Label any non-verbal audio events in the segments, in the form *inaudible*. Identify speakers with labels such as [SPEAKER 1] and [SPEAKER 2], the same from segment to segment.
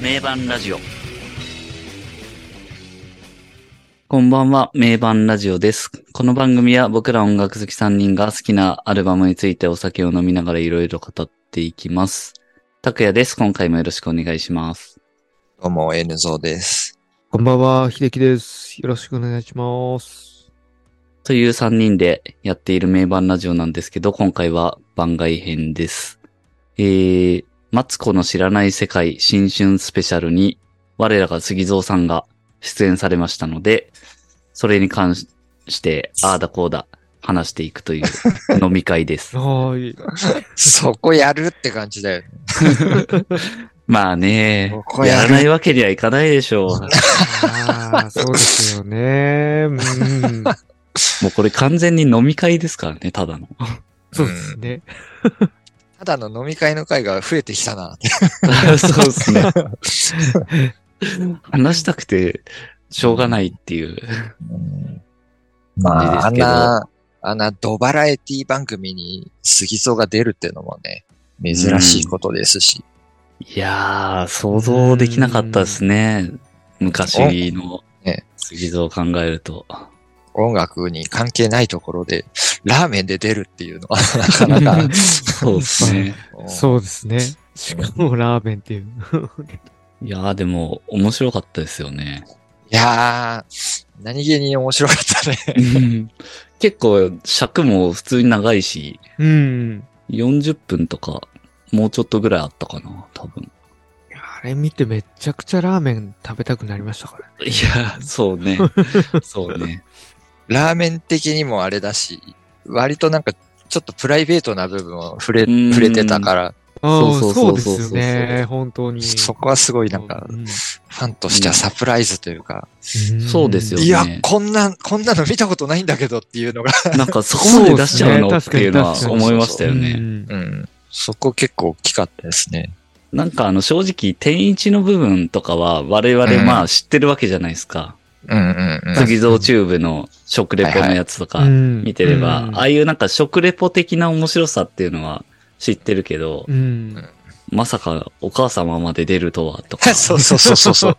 [SPEAKER 1] 名盤ラジオ。こんばんは、名盤ラジオです。この番組は僕ら音楽好き3人が好きなアルバムについてお酒を飲みながらいろいろ語っていきます。拓也です。今回もよろしくお願いします。
[SPEAKER 2] どうも、N ゾーです。
[SPEAKER 3] こんばんは、秀樹です。よろしくお願いします。
[SPEAKER 1] という3人でやっている名盤ラジオなんですけど、今回は番外編です。えー、マツコの知らない世界新春スペシャルに、我らが杉蔵さんが出演されましたので、それに関しして、ああだこうだ話していくという飲み会
[SPEAKER 3] *laughs*
[SPEAKER 1] です。
[SPEAKER 3] はーい。
[SPEAKER 2] そこやるって感じ *laughs* だよね。
[SPEAKER 1] まあね
[SPEAKER 2] こ、こ
[SPEAKER 1] や
[SPEAKER 2] や
[SPEAKER 1] ら
[SPEAKER 2] る
[SPEAKER 1] ないわけにはいかないでしょう。
[SPEAKER 3] ああ、そうですよね。うん。
[SPEAKER 1] もうこれ完全に飲み会ですからね、ただの。 *laughs*
[SPEAKER 3] そうですね。
[SPEAKER 2] ただの飲み会の会が増えてきたな。
[SPEAKER 1] そうですね。話したくて、しょうがないっていう。
[SPEAKER 2] まあ、
[SPEAKER 1] 感
[SPEAKER 2] あん
[SPEAKER 1] じですけど
[SPEAKER 2] な、あんなドバラエティ番組に杉蔵が出るってのもね、珍しいことですし。
[SPEAKER 1] いやー、想像できなかったですね。昔の
[SPEAKER 2] ね
[SPEAKER 1] 杉蔵を考えると。
[SPEAKER 2] 音楽に関係ないところで、ラーメンで出るっていうのは、なかな
[SPEAKER 1] *laughs*
[SPEAKER 2] か。
[SPEAKER 1] そうですね。
[SPEAKER 3] そうですね。しかもラーメンっていう。
[SPEAKER 1] いやー、でも、面白かったですよね。
[SPEAKER 2] いやー、何気に面白かったね。 *laughs*
[SPEAKER 1] 結構、尺も普通に長いし、
[SPEAKER 3] うん。
[SPEAKER 1] 40分とか、もうちょっとぐらいあったかな、多分。
[SPEAKER 3] あれ見てめちゃくちゃラーメン食べたくなりましたからね。
[SPEAKER 1] いやー、そうね。そうね。
[SPEAKER 2] ラーメン的にもあれだし、割となんか、ちょっとプライベートな部分を触れ、
[SPEAKER 1] うん
[SPEAKER 2] 触れてたから、
[SPEAKER 3] ああ、
[SPEAKER 1] そうそ
[SPEAKER 3] そうう
[SPEAKER 1] そう
[SPEAKER 3] で
[SPEAKER 1] そうそう
[SPEAKER 3] すよね。本当に。
[SPEAKER 2] そこはすごいなんか、
[SPEAKER 3] うん
[SPEAKER 2] ファンとしてはサプライズというか、
[SPEAKER 1] そうですよ
[SPEAKER 2] いや
[SPEAKER 1] ね、
[SPEAKER 2] こんな、こんなの見たことないんだけどっていうのが、
[SPEAKER 1] なんかそこまで出しちゃうのっていうのは
[SPEAKER 3] そうっすね確かに確かに
[SPEAKER 1] 思いましたよね。
[SPEAKER 3] ね。
[SPEAKER 2] うん。そこ結構大きかったですね。
[SPEAKER 1] なんかあの正直、天一の部分とかは我々まあ知ってるわけじゃないですか。
[SPEAKER 2] うんうんう
[SPEAKER 1] *laughs*
[SPEAKER 2] ん。。
[SPEAKER 1] 杉蔵チューブの食レポのやつとか見てれば、ああ
[SPEAKER 3] い
[SPEAKER 1] いうなんか食レポ的な面白さっていうのは知ってるけど、
[SPEAKER 3] うん。
[SPEAKER 1] まさかお母様まで出るとはとか
[SPEAKER 2] *laughs* そうそうそうそう
[SPEAKER 3] *laughs*
[SPEAKER 2] そう。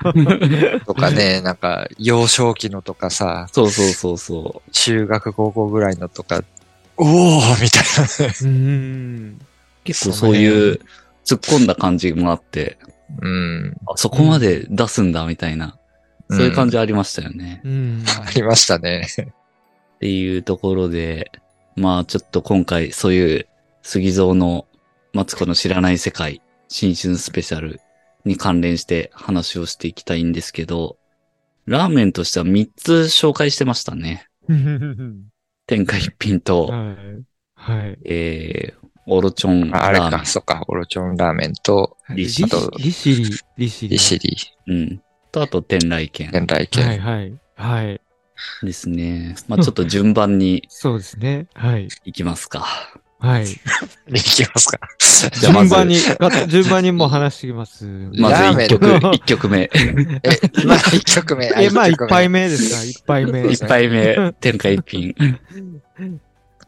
[SPEAKER 2] とかね、なんか、幼少期のとかさ、
[SPEAKER 1] そうそうそうそ
[SPEAKER 2] 中学高校ぐらいのとか、おーみたいなね。
[SPEAKER 3] うん。
[SPEAKER 1] う。結構そういう突っ込んだ感じもあって、
[SPEAKER 2] うん。
[SPEAKER 1] あそこまで出すんだみたいな、そういう感
[SPEAKER 2] じ。
[SPEAKER 1] じありましたよね。
[SPEAKER 3] うん。 *laughs*
[SPEAKER 2] ありましたね。
[SPEAKER 1] っていうところで、まあちょっと今回そういう杉蔵のマツコの知らない世界新春スペシャルに関連して話をしていきたいんですけど、ラーメンとしては3つ紹介してましたね。天下一品と、
[SPEAKER 3] はい。はい。
[SPEAKER 1] えー、オロチョン
[SPEAKER 2] ああれ
[SPEAKER 1] ラーメ
[SPEAKER 2] か、そっか、オロチョンラーメンと、
[SPEAKER 1] 利尻
[SPEAKER 3] 利利尻、利尻。
[SPEAKER 2] 利尻、
[SPEAKER 1] ン。うん。と、あと天来軒
[SPEAKER 2] 天来
[SPEAKER 3] はい
[SPEAKER 2] 県。
[SPEAKER 3] はい。はい。
[SPEAKER 1] ですね。まあちょっと順番に
[SPEAKER 3] そうですね。はい。
[SPEAKER 1] 行きますか。
[SPEAKER 3] はい。
[SPEAKER 2] *laughs* いきますか。
[SPEAKER 1] じゃあま
[SPEAKER 3] 順
[SPEAKER 1] ず
[SPEAKER 3] 番に、が順番にもう話してきます。ま
[SPEAKER 1] まず
[SPEAKER 2] ラーメ
[SPEAKER 1] 1
[SPEAKER 2] ン
[SPEAKER 1] 曲、 *laughs*
[SPEAKER 2] *laughs*
[SPEAKER 1] 一曲目。
[SPEAKER 2] え、まあ、一曲目。
[SPEAKER 3] え、まあ、
[SPEAKER 2] 一
[SPEAKER 3] 一
[SPEAKER 2] 曲目
[SPEAKER 3] 杯目ですか一杯目。
[SPEAKER 1] 一杯目、天下一品。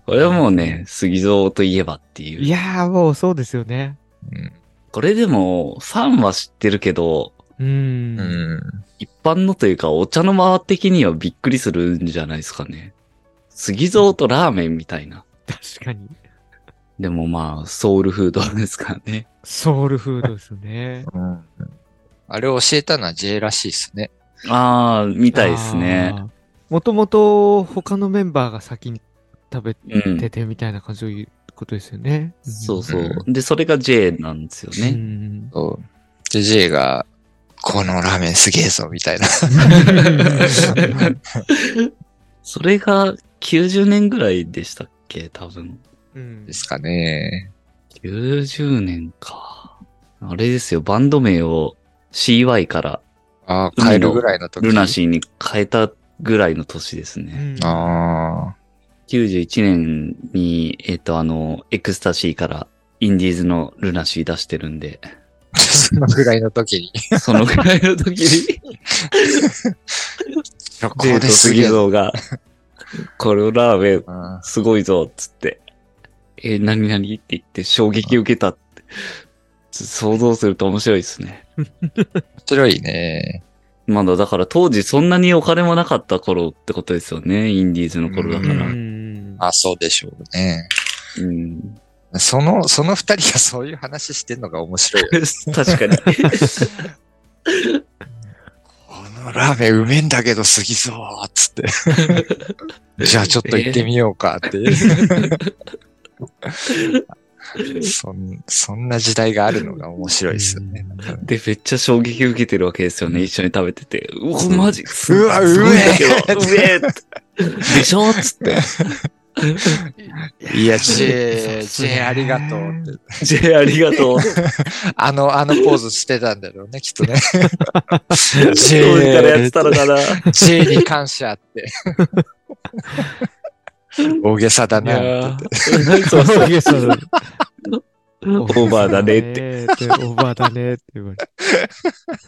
[SPEAKER 1] これはもうね、杉蔵といえばっていう。
[SPEAKER 3] いやー、もうそうですよね。
[SPEAKER 2] うん
[SPEAKER 1] これでも、ファンは知ってるけど、
[SPEAKER 3] うーん。
[SPEAKER 2] うん。
[SPEAKER 1] 一般のというか、お茶の間的にはびっくりするんじゃないですかね。杉蔵とラーメンみたいな。
[SPEAKER 3] 確かに。
[SPEAKER 1] でもまあ、ソウルフードですからね。
[SPEAKER 3] ソウルフードですね。
[SPEAKER 2] うんあれを教えたのは J らしいですね。
[SPEAKER 1] ああ、み
[SPEAKER 3] み
[SPEAKER 1] たいですね。。
[SPEAKER 3] もともと他のメンバーが先に食べててみたいな感じを言うことですよね。
[SPEAKER 1] そうそう。で、それが J なんですよ *laughs*
[SPEAKER 3] う
[SPEAKER 1] ね。
[SPEAKER 3] ん。
[SPEAKER 2] そうで、J が、このラーメンすげえぞ、みたいな。
[SPEAKER 1] それが90年ぐらいでしたっけ多分。 *laughs*
[SPEAKER 3] うん
[SPEAKER 2] ですかね。
[SPEAKER 1] 90年か。あれですよ、バンド名を CY から
[SPEAKER 2] ああ、帰るぐらいの時。
[SPEAKER 1] ルナシーに変えたぐらいの年です
[SPEAKER 3] う
[SPEAKER 1] ね。
[SPEAKER 3] ん
[SPEAKER 2] あ
[SPEAKER 1] 91年に、えっ、と、あの、エクスタシーからインディーズのルナシー出してるん
[SPEAKER 2] *laughs*
[SPEAKER 1] で、
[SPEAKER 2] あ。そのぐらいの時に。
[SPEAKER 1] そのぐらいの時に、
[SPEAKER 2] ここ
[SPEAKER 1] デート
[SPEAKER 2] です
[SPEAKER 1] 杉
[SPEAKER 2] げえぞ。
[SPEAKER 1] 蔵が、これラーメン
[SPEAKER 2] うん
[SPEAKER 1] すごいぞ、つって、えー何々って言って衝撃受けたって。想像すると面白いですね。
[SPEAKER 2] 白いね。
[SPEAKER 1] まだだから当時そんなにお金もなかった頃ってことですよね。インディーズの頃だ
[SPEAKER 3] う
[SPEAKER 1] から。
[SPEAKER 3] ん。
[SPEAKER 2] あ、そうでしょうね。
[SPEAKER 1] うん、
[SPEAKER 2] その、その二人がそういう話してんのが面白いよね。
[SPEAKER 1] 確かに。
[SPEAKER 2] このラーメンうめえんだけど過ぎそう
[SPEAKER 1] *laughs*
[SPEAKER 2] つって。じゃあちょっと行ってみようかって。そんそんな時代があるのが面白いですよね。
[SPEAKER 1] で、めっちゃ衝撃受けてるわけですよね。一緒に食べてて。うわ、マジす
[SPEAKER 2] うわ
[SPEAKER 1] すごいんだけど
[SPEAKER 2] う
[SPEAKER 1] うめえでしょっつって。
[SPEAKER 2] いや、
[SPEAKER 3] そう
[SPEAKER 2] ジェ
[SPEAKER 3] そうっ
[SPEAKER 2] ー、
[SPEAKER 3] す
[SPEAKER 2] ジ
[SPEAKER 3] ね
[SPEAKER 2] ェーありがとうって。
[SPEAKER 1] ジェありがとう。
[SPEAKER 2] あの、あのポーズしてたんだろうね、きっとね。ジ
[SPEAKER 1] ジェからやってたのかな。
[SPEAKER 2] ジェーに感謝
[SPEAKER 1] *laughs*
[SPEAKER 2] って。大げさだ
[SPEAKER 1] い
[SPEAKER 2] な
[SPEAKER 1] や
[SPEAKER 2] って。
[SPEAKER 1] ーそうそう
[SPEAKER 3] そうそうそう
[SPEAKER 1] オーバーだねって。
[SPEAKER 3] て。オーバーだねって言わ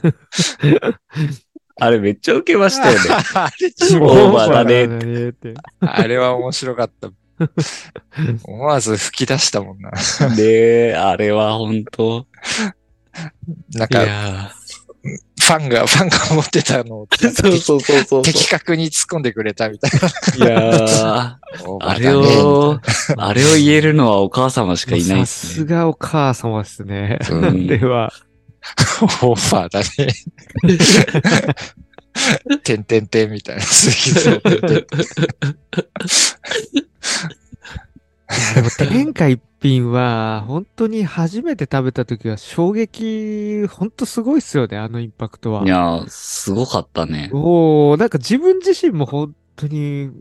[SPEAKER 3] れて。
[SPEAKER 1] あれめっちゃ受けましたよね。
[SPEAKER 2] あれ
[SPEAKER 1] オーバーだね
[SPEAKER 3] オーバーだねって。
[SPEAKER 2] あれは面白か
[SPEAKER 1] *laughs*
[SPEAKER 2] った。思わず吹き出したもんな。
[SPEAKER 1] で、あれは本当
[SPEAKER 2] なん
[SPEAKER 1] い
[SPEAKER 2] か、
[SPEAKER 1] や
[SPEAKER 2] ファンが、ファンが思ってたのを
[SPEAKER 1] ーそうそうそうそう。
[SPEAKER 2] 的確に突っ込んでくれたみたいな。
[SPEAKER 1] いやーあれを、あれを言えるのはお母様しかいない
[SPEAKER 3] さ
[SPEAKER 1] ですすね。
[SPEAKER 3] がお母様ですね。
[SPEAKER 1] うん
[SPEAKER 3] では、
[SPEAKER 2] オーバーだね。
[SPEAKER 1] *laughs*
[SPEAKER 2] てんてんてんみたいな。
[SPEAKER 3] でも天下一品は、本当に初めて食べた時は衝撃、本当すごいっすよね、あのインパクトは。
[SPEAKER 1] いやー、すごかったね。
[SPEAKER 3] おー、なんか自分自身も本当に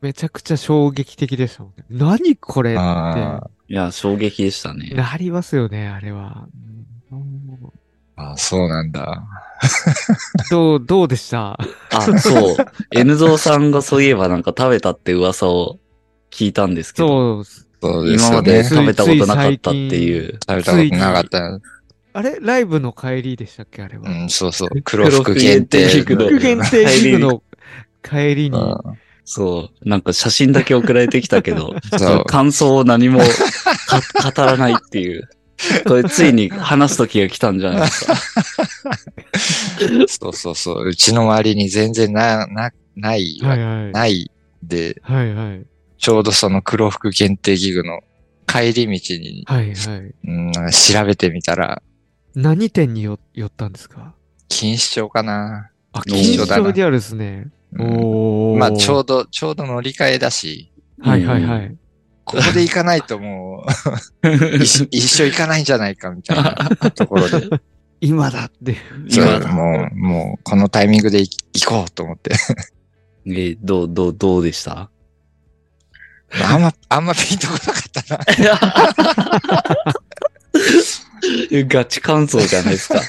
[SPEAKER 3] めちゃくちゃ衝撃的でしたもんね。何これ
[SPEAKER 2] あ
[SPEAKER 3] っ
[SPEAKER 1] いや、衝撃でした
[SPEAKER 3] て、
[SPEAKER 1] ね。
[SPEAKER 3] なりますよね、あれは。
[SPEAKER 2] あ、そうなんだ。
[SPEAKER 3] どう、どう
[SPEAKER 1] *laughs*
[SPEAKER 3] でした
[SPEAKER 1] あ、そう。N ゾウさんがそういえばなんか食べたって噂を聞いたんですけど、
[SPEAKER 3] そう、
[SPEAKER 2] そうです
[SPEAKER 1] 今ま
[SPEAKER 2] よ
[SPEAKER 1] で
[SPEAKER 2] ね。
[SPEAKER 1] 食べたことなかったっていう。
[SPEAKER 2] 食べたことなかった。
[SPEAKER 3] あれライブの帰りでしたっけあれは。
[SPEAKER 2] うん、そうそう。黒服限定。
[SPEAKER 1] 黒服
[SPEAKER 3] 期限定ギグの帰りに。
[SPEAKER 1] そう。なんか写真だけ送られてきたけど、
[SPEAKER 2] うん
[SPEAKER 1] そ
[SPEAKER 2] そ
[SPEAKER 1] の感想を何もか *laughs* 語らないっていう。これついに話す時が来たんじゃないですか。
[SPEAKER 2] うそうそうそう。うちの周りに全然な、な、ない、
[SPEAKER 3] はいはい。
[SPEAKER 2] ないで、
[SPEAKER 3] はいはい。
[SPEAKER 2] ちょうどその黒服限定ギグの帰り道に、
[SPEAKER 3] はいはい。
[SPEAKER 2] うん、なんか調べてみたら、
[SPEAKER 3] 何店によ寄ったんですか
[SPEAKER 2] 錦糸町かな。
[SPEAKER 3] あ、
[SPEAKER 1] 錦
[SPEAKER 3] 錦
[SPEAKER 1] 糸
[SPEAKER 3] 糸
[SPEAKER 1] だな
[SPEAKER 3] 町にあるですね。
[SPEAKER 2] うん
[SPEAKER 3] おー。
[SPEAKER 2] まあ、ちょうど、ちょうど乗り換えだし、
[SPEAKER 3] はいはいはい。
[SPEAKER 2] ここで行かないともう、
[SPEAKER 3] *laughs*
[SPEAKER 2] 一緒一生行かないんじゃないかみたいなところで。
[SPEAKER 3] 今だって。
[SPEAKER 2] そ
[SPEAKER 1] 今
[SPEAKER 2] う、もう、もう、このタイミングで行行こうと思って。
[SPEAKER 1] えーどう、どう、どうでした
[SPEAKER 2] あんま、あんまピンとこなかったな。
[SPEAKER 1] ガチ感想じゃないですか。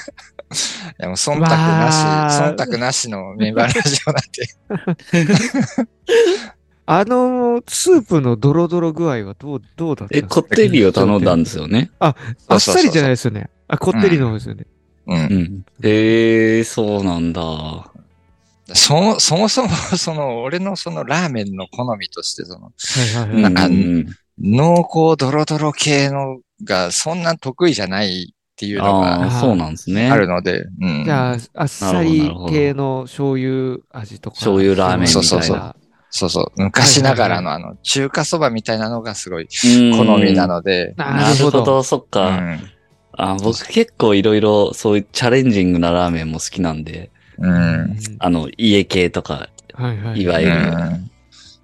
[SPEAKER 2] でも、忖度
[SPEAKER 3] ま
[SPEAKER 2] なし、
[SPEAKER 3] あ
[SPEAKER 2] 忖度なしのメンバーラジオなんて。
[SPEAKER 3] あの、スープのドロドロ具合はどう、どうだったんです
[SPEAKER 1] え、
[SPEAKER 3] か
[SPEAKER 1] こってりを頼んだんですよね。
[SPEAKER 3] あっさりじゃないですよね。あ、こってりの方ですよね。
[SPEAKER 2] う。
[SPEAKER 1] うんん。へえー、そうなんだ。
[SPEAKER 2] そも、そもそも、その、俺のそのラーメンの好みとして、その、
[SPEAKER 3] はい
[SPEAKER 1] う
[SPEAKER 3] はい
[SPEAKER 1] ん
[SPEAKER 3] は
[SPEAKER 1] う
[SPEAKER 3] い。
[SPEAKER 1] んうん
[SPEAKER 2] 濃厚ドロドロ系のがそんな得意じゃないっていうの
[SPEAKER 1] あ
[SPEAKER 2] が
[SPEAKER 1] あ、そうなんですね。
[SPEAKER 2] あるので、うん
[SPEAKER 3] じゃあ、あっさ
[SPEAKER 1] な
[SPEAKER 3] り
[SPEAKER 1] るほど
[SPEAKER 3] 系の醤油味とか。
[SPEAKER 1] 醤油ラーメンみたいな
[SPEAKER 2] そうそうそうそうそう、昔ながらのあの中華そばみたいなのがすごい
[SPEAKER 1] うん
[SPEAKER 2] 好みな。ので、
[SPEAKER 3] な
[SPEAKER 1] な
[SPEAKER 3] る
[SPEAKER 1] る
[SPEAKER 3] ほ
[SPEAKER 1] ほ
[SPEAKER 3] ど。
[SPEAKER 1] ど、そっ
[SPEAKER 2] う
[SPEAKER 1] か。
[SPEAKER 2] ん。
[SPEAKER 1] あ僕結構いろいろそういうチャレンジングなラーメンも好きなんで、
[SPEAKER 2] うん。
[SPEAKER 1] あの、家系とか、
[SPEAKER 3] はいはいい。
[SPEAKER 1] わゆる。
[SPEAKER 2] うん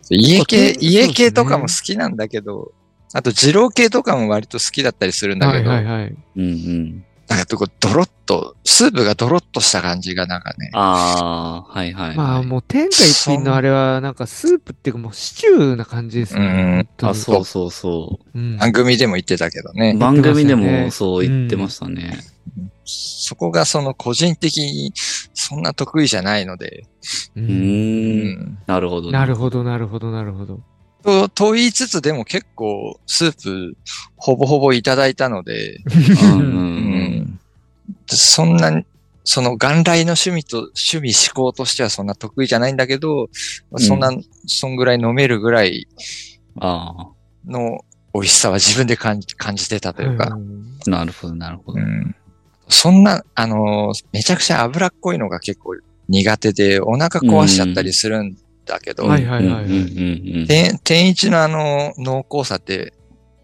[SPEAKER 2] 家系、
[SPEAKER 3] そう
[SPEAKER 2] 家系とかも好きなんだけど、あと二郎系とかも割と好きだったりするんだ
[SPEAKER 3] は
[SPEAKER 2] け
[SPEAKER 3] い
[SPEAKER 2] ど、
[SPEAKER 3] はいはい。
[SPEAKER 1] うんうん。
[SPEAKER 2] なんかこうドロッと、スープがドロッとした感じがなんかね、
[SPEAKER 1] ああ、はいはいはい。
[SPEAKER 3] まあもう天下一品のあれはなんかスープっていうかもうシチューな感じですね。
[SPEAKER 2] うん
[SPEAKER 3] 本当に
[SPEAKER 1] あ、そうそうそ
[SPEAKER 3] うん。
[SPEAKER 2] 番組でも言ってたけどね
[SPEAKER 1] う。、番組でもそう言ってましたね。
[SPEAKER 2] そこがその個人的にそんな得意じゃないので、
[SPEAKER 3] う
[SPEAKER 1] うんーん。
[SPEAKER 2] うん
[SPEAKER 1] なるほどね。
[SPEAKER 3] なるほどなるほどなるほど。
[SPEAKER 2] と、と言いつつでも結構スープほぼほぼいただいたので、
[SPEAKER 1] うんうんう
[SPEAKER 2] う
[SPEAKER 1] ん。
[SPEAKER 2] んそんなに、その元来の趣味と、趣味思考としてはそんな得意じゃないんだけど、そんな、そんぐらい飲めるぐらい
[SPEAKER 1] ああ。
[SPEAKER 2] の美味しさは自分で感じ感じてたというか、
[SPEAKER 3] ん
[SPEAKER 1] なるほど、なるほ
[SPEAKER 2] う
[SPEAKER 1] ど。
[SPEAKER 2] んそんな、あのー、めちゃくちゃ脂っこいのが結構苦手で、お腹壊しちゃったりするんだけど、
[SPEAKER 3] うんはいはいはいはい
[SPEAKER 1] うんうんうん
[SPEAKER 2] 天天一のあの、濃厚さって、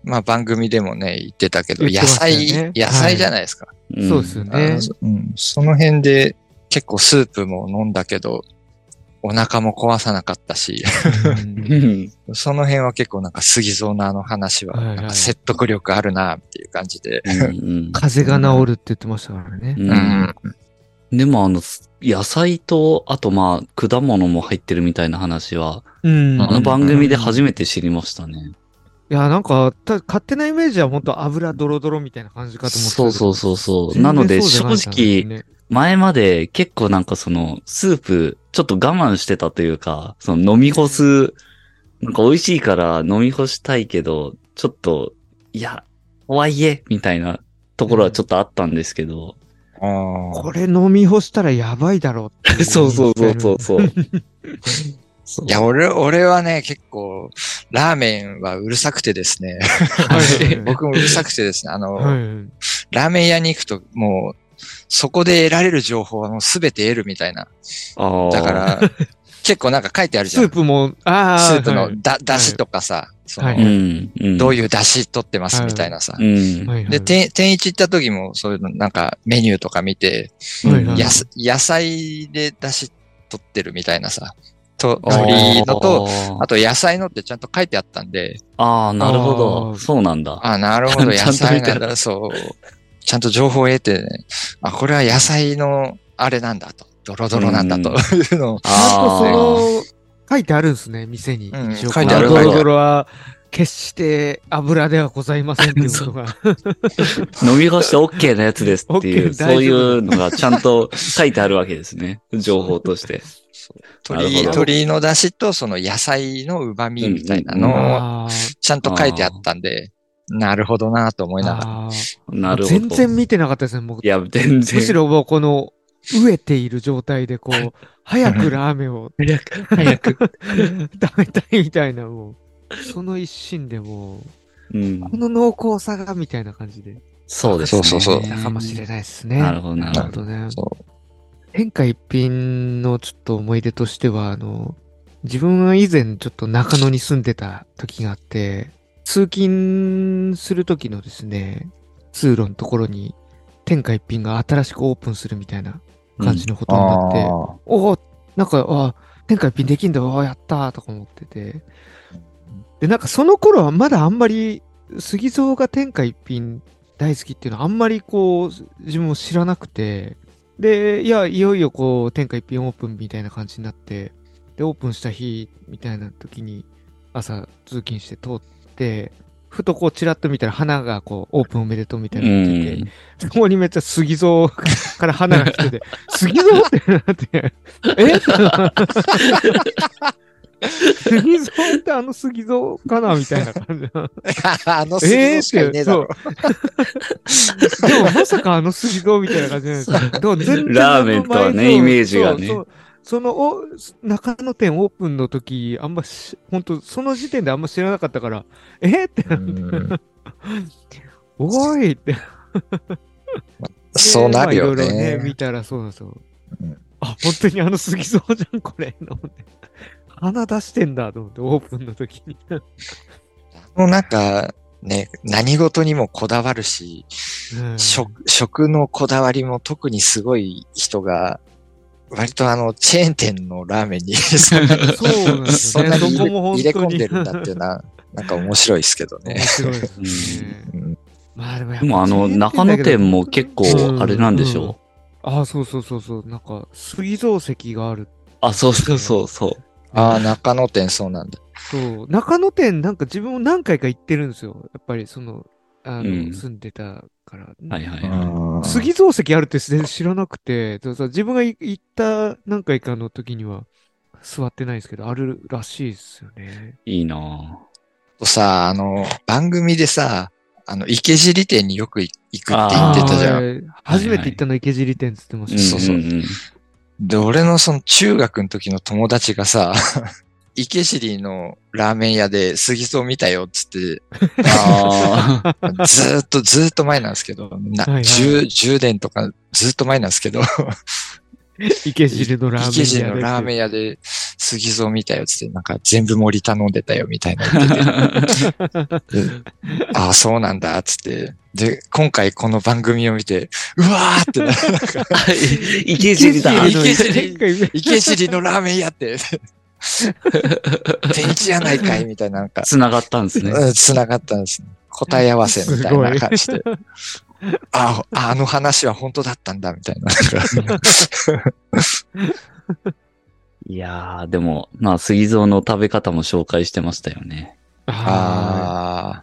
[SPEAKER 2] まあ番組でもね、言ってたけど、
[SPEAKER 3] 言って
[SPEAKER 2] 野
[SPEAKER 3] ましたよ
[SPEAKER 2] 菜、
[SPEAKER 3] ね
[SPEAKER 2] 野菜じゃないですか。
[SPEAKER 1] うん
[SPEAKER 3] そうですよ
[SPEAKER 2] あ
[SPEAKER 3] ね
[SPEAKER 2] の。そうん、その辺で結構スープも飲んだけど、お腹も壊さなかったし、 *laughs*
[SPEAKER 3] うん
[SPEAKER 2] その辺は結構なんか杉蔵のあの話は、
[SPEAKER 3] はいはい
[SPEAKER 2] なんか説得力あるなっていう感じで。
[SPEAKER 1] うん
[SPEAKER 3] 風邪が治るって言ってましたからね
[SPEAKER 1] う。ん
[SPEAKER 2] *laughs*
[SPEAKER 1] うんでもあの、野菜と、あとまあ、果物も入ってるみたいな話は、
[SPEAKER 3] うん。
[SPEAKER 1] あの番組で初めて知りましたね。
[SPEAKER 3] いや、なんか、た勝手なイメージは本当油ドロドロみたいな感じかと思ってたけ
[SPEAKER 1] そ
[SPEAKER 3] ど
[SPEAKER 1] うそうそうそう。
[SPEAKER 3] 全然
[SPEAKER 1] なので、
[SPEAKER 3] そうじゃ
[SPEAKER 1] 正
[SPEAKER 3] ないからね
[SPEAKER 1] 直、、前まで結構なんかその、スープ、ちょっと我慢してたというか、その飲み干す、なんか美味しいから飲み干したいけど、ちょっと、いや、とはいえ、みたいなところはちょっとあったんですけど、
[SPEAKER 2] あー
[SPEAKER 3] これ飲み干したらやばいだろうっ
[SPEAKER 1] *laughs*
[SPEAKER 3] て
[SPEAKER 1] そうそうそうそうそう。そう
[SPEAKER 2] いや、俺、俺はね、結構、ラーメンはうるさくてです
[SPEAKER 3] *laughs*
[SPEAKER 2] ね。
[SPEAKER 3] はい
[SPEAKER 2] 僕もうるさくてですね。あの、
[SPEAKER 3] はい。
[SPEAKER 2] ラーメン屋に行くと、もう、そこで得られる情報はもう全て得るみたいな。
[SPEAKER 1] *laughs* あー
[SPEAKER 2] だか、ら、結構なんか書いてあるじ
[SPEAKER 3] ス
[SPEAKER 2] ゃん。
[SPEAKER 3] ープも、ああ、
[SPEAKER 2] スープ
[SPEAKER 3] は
[SPEAKER 2] の
[SPEAKER 3] い
[SPEAKER 2] だ、だしとかさ、その、
[SPEAKER 3] は
[SPEAKER 1] う
[SPEAKER 3] い
[SPEAKER 1] ん、うん。
[SPEAKER 2] どう
[SPEAKER 1] い
[SPEAKER 2] いうだし取ってますみたいなさ。
[SPEAKER 1] うん。
[SPEAKER 3] はいはい
[SPEAKER 2] で、天天一行った時も、そういうの、なんかメニューとか見て、
[SPEAKER 3] はいはい
[SPEAKER 2] やす野菜でだし取ってるみたいなさ、と、鶏のと、、あ
[SPEAKER 1] あ
[SPEAKER 2] と野菜のってちゃんと書いてあったんで、
[SPEAKER 1] あー、なるほ
[SPEAKER 3] あ
[SPEAKER 1] ど。
[SPEAKER 3] ー
[SPEAKER 1] そうなんだ。
[SPEAKER 2] あなるほど、
[SPEAKER 1] *laughs* ちゃん
[SPEAKER 2] 野
[SPEAKER 1] と
[SPEAKER 2] 菜
[SPEAKER 1] 見て
[SPEAKER 2] な
[SPEAKER 1] る
[SPEAKER 2] んだ、そう。ちゃんと情報を得て、ね、あ、これは野菜のあれなんだと、ドロドロなんだと
[SPEAKER 1] う
[SPEAKER 2] いうのを、
[SPEAKER 3] ちゃんとそ
[SPEAKER 1] あー
[SPEAKER 3] の、書いてあるんですね、店に。
[SPEAKER 2] うん
[SPEAKER 3] 一応
[SPEAKER 2] 書いてある
[SPEAKER 3] ド
[SPEAKER 2] 書いてある
[SPEAKER 3] ロドロは、決して油ではございませんっていうことが。
[SPEAKER 1] 飲み干して OK なやつですってい
[SPEAKER 3] OK
[SPEAKER 1] う、そうい
[SPEAKER 3] 大
[SPEAKER 1] うのがちゃんと書いてあるわけです
[SPEAKER 3] *laughs*
[SPEAKER 1] ね。情報として。なる
[SPEAKER 2] 鶏
[SPEAKER 1] ほど
[SPEAKER 2] 鶏の出汁とその野菜の旨味みたいな
[SPEAKER 1] うん
[SPEAKER 2] のを
[SPEAKER 3] あ
[SPEAKER 2] ちゃんと書いてあったんで、なるほどなと思いながら。
[SPEAKER 3] あー
[SPEAKER 1] なるほど。
[SPEAKER 3] 全然見てなかったですね、僕
[SPEAKER 1] い。や、全然。
[SPEAKER 3] むしろもうこの、飢えている状態で、こう、早くラーメンを
[SPEAKER 1] 早く、早く。
[SPEAKER 3] *laughs* 食べたいみたいな、もう、その一心でも
[SPEAKER 1] うん
[SPEAKER 3] う、この濃厚さが、みたいな感じで、
[SPEAKER 1] そうですね。
[SPEAKER 2] そうそうそう
[SPEAKER 3] だかもしれないですね。
[SPEAKER 1] なるほど、なるほど。
[SPEAKER 3] どね。
[SPEAKER 2] そ
[SPEAKER 3] 変化一品のちょっと思い出としては、あの、自分は以前ちょっと中野に住んでた時があって、通勤する時のですね、通路のところに、天下一品が新しくオープンするみたいな感じのこと
[SPEAKER 2] う。
[SPEAKER 3] になって、
[SPEAKER 2] あ
[SPEAKER 3] おおなんか、あ天下一品できんだ、おおやったーとか思ってて。で、なんかその頃はまだあんまり、杉蔵が天下一品大好きっていうのはあんまりこう、自分も知らなくて。で、いや、いよいよこう、天下一品オープンみたいな感じになって、で、オープンした日みたいな時に、朝通勤して通って、ふとこう、ちらっと見たら花がこう、オープンおめでとうみたいなのが出てて、そこにめっちゃ杉蔵から花が来てて、杉蔵ってなって、え杉蔵ってあの杉蔵かなみたいな感じ
[SPEAKER 1] *laughs*
[SPEAKER 3] な。
[SPEAKER 2] *laughs* ああの杉のしかいねえだろ。
[SPEAKER 3] そう *laughs* でもまさかあの杉蔵みたいな感じなんです
[SPEAKER 1] *laughs*
[SPEAKER 3] よ。でも全然
[SPEAKER 1] ラーメンとはね
[SPEAKER 3] あの埋蔵
[SPEAKER 1] イメージがね
[SPEAKER 3] そうそうそのお中野店オープンの時、あんまし、本当その時点であんま知らなかったから、えって、
[SPEAKER 2] うん
[SPEAKER 3] おいって。
[SPEAKER 2] そうなるよ
[SPEAKER 3] まあいろいろ
[SPEAKER 2] ね。
[SPEAKER 3] 見たらそうなんですよ
[SPEAKER 2] うん。
[SPEAKER 3] あ、本当にあの杉蔵じゃん、これ。 *laughs* と思って鼻出してんだと思って、オープンの時に。
[SPEAKER 2] もうなんか、ね、何事にもこだわるし、食、食のこだわりも特にすごい人が、割とあの、チェーン店のラーメンに *laughs* そんなに、
[SPEAKER 3] そうなんです
[SPEAKER 2] そん
[SPEAKER 3] ね。
[SPEAKER 2] な
[SPEAKER 3] そ
[SPEAKER 2] に
[SPEAKER 3] こも
[SPEAKER 2] 入
[SPEAKER 3] 本
[SPEAKER 2] れ
[SPEAKER 3] 当
[SPEAKER 2] 込ん
[SPEAKER 3] に。
[SPEAKER 2] でるんだっていうな、なんか面白いですけど
[SPEAKER 3] 面
[SPEAKER 2] ね。
[SPEAKER 3] 白いですね。
[SPEAKER 2] うん
[SPEAKER 3] まあでもやっぱ
[SPEAKER 1] でもあの、
[SPEAKER 3] チェーンだけど
[SPEAKER 1] 中野店も結構、あれなんでしょう。
[SPEAKER 3] うんうんああ、そうそうそうそう。なんか、杉蔵石がある。
[SPEAKER 1] あ、そうそうそうそう。
[SPEAKER 2] ああ、中野店そうなんだ。
[SPEAKER 3] そう。中野店なんか自分も何回か行ってるんですよ。やっぱりその、あの、
[SPEAKER 1] うん
[SPEAKER 3] 住んでたから。
[SPEAKER 1] はいはいは
[SPEAKER 2] うん
[SPEAKER 3] 杉蔵石あるって全然知らなくて、でもさ自分がい行った何回かの時には座ってないですけど、あるらしいですよね。
[SPEAKER 1] い。いいな
[SPEAKER 2] とさ、あの、番組でさ、あの、池尻店によくい行くって言
[SPEAKER 1] あ
[SPEAKER 2] っ
[SPEAKER 1] ー
[SPEAKER 2] てたじゃん。
[SPEAKER 3] ん。初めて行ったの池尻店っつってま
[SPEAKER 1] ぁ
[SPEAKER 3] した。
[SPEAKER 2] そうそうん
[SPEAKER 1] んん
[SPEAKER 2] で、俺のその中学の時の友達がさ、 *laughs* 池尻のラーメン屋で杉蔵見たよっつ
[SPEAKER 3] *laughs*
[SPEAKER 2] って、
[SPEAKER 1] ああ。
[SPEAKER 2] *laughs* ずーっとずーっと前なんですけど、な
[SPEAKER 3] はいはい
[SPEAKER 2] 10, 10年とかずーっと前なんですけど、
[SPEAKER 3] 池尻のラーメン屋で。
[SPEAKER 2] 池尻のラーメン屋で杉蔵見たよっつって、なんか全部盛り頼んでたよみたいな言っ
[SPEAKER 3] *laughs*
[SPEAKER 2] ててああ、そうなんだっつって。で、今回この番組を見て、うわー
[SPEAKER 3] *laughs*
[SPEAKER 2] ってな、なんか
[SPEAKER 1] *laughs* 池尻だ。
[SPEAKER 3] 池
[SPEAKER 2] 池
[SPEAKER 3] 尻
[SPEAKER 2] 尻
[SPEAKER 3] の池尻
[SPEAKER 2] 池尻のラーメン屋
[SPEAKER 3] *laughs*
[SPEAKER 2] って、天一やないかいみたいな、なんか、
[SPEAKER 1] 繋がったんですね。
[SPEAKER 2] うん繋がったんですね。答え合わせみたいな感じ
[SPEAKER 3] *laughs*
[SPEAKER 2] で。あ、ああの話は本当だったんだ、みたい
[SPEAKER 3] *laughs*
[SPEAKER 2] な。なんか
[SPEAKER 1] いやー、でも、まあ、杉蔵の食べ方も紹介してましたよね。
[SPEAKER 2] あ
[SPEAKER 3] あ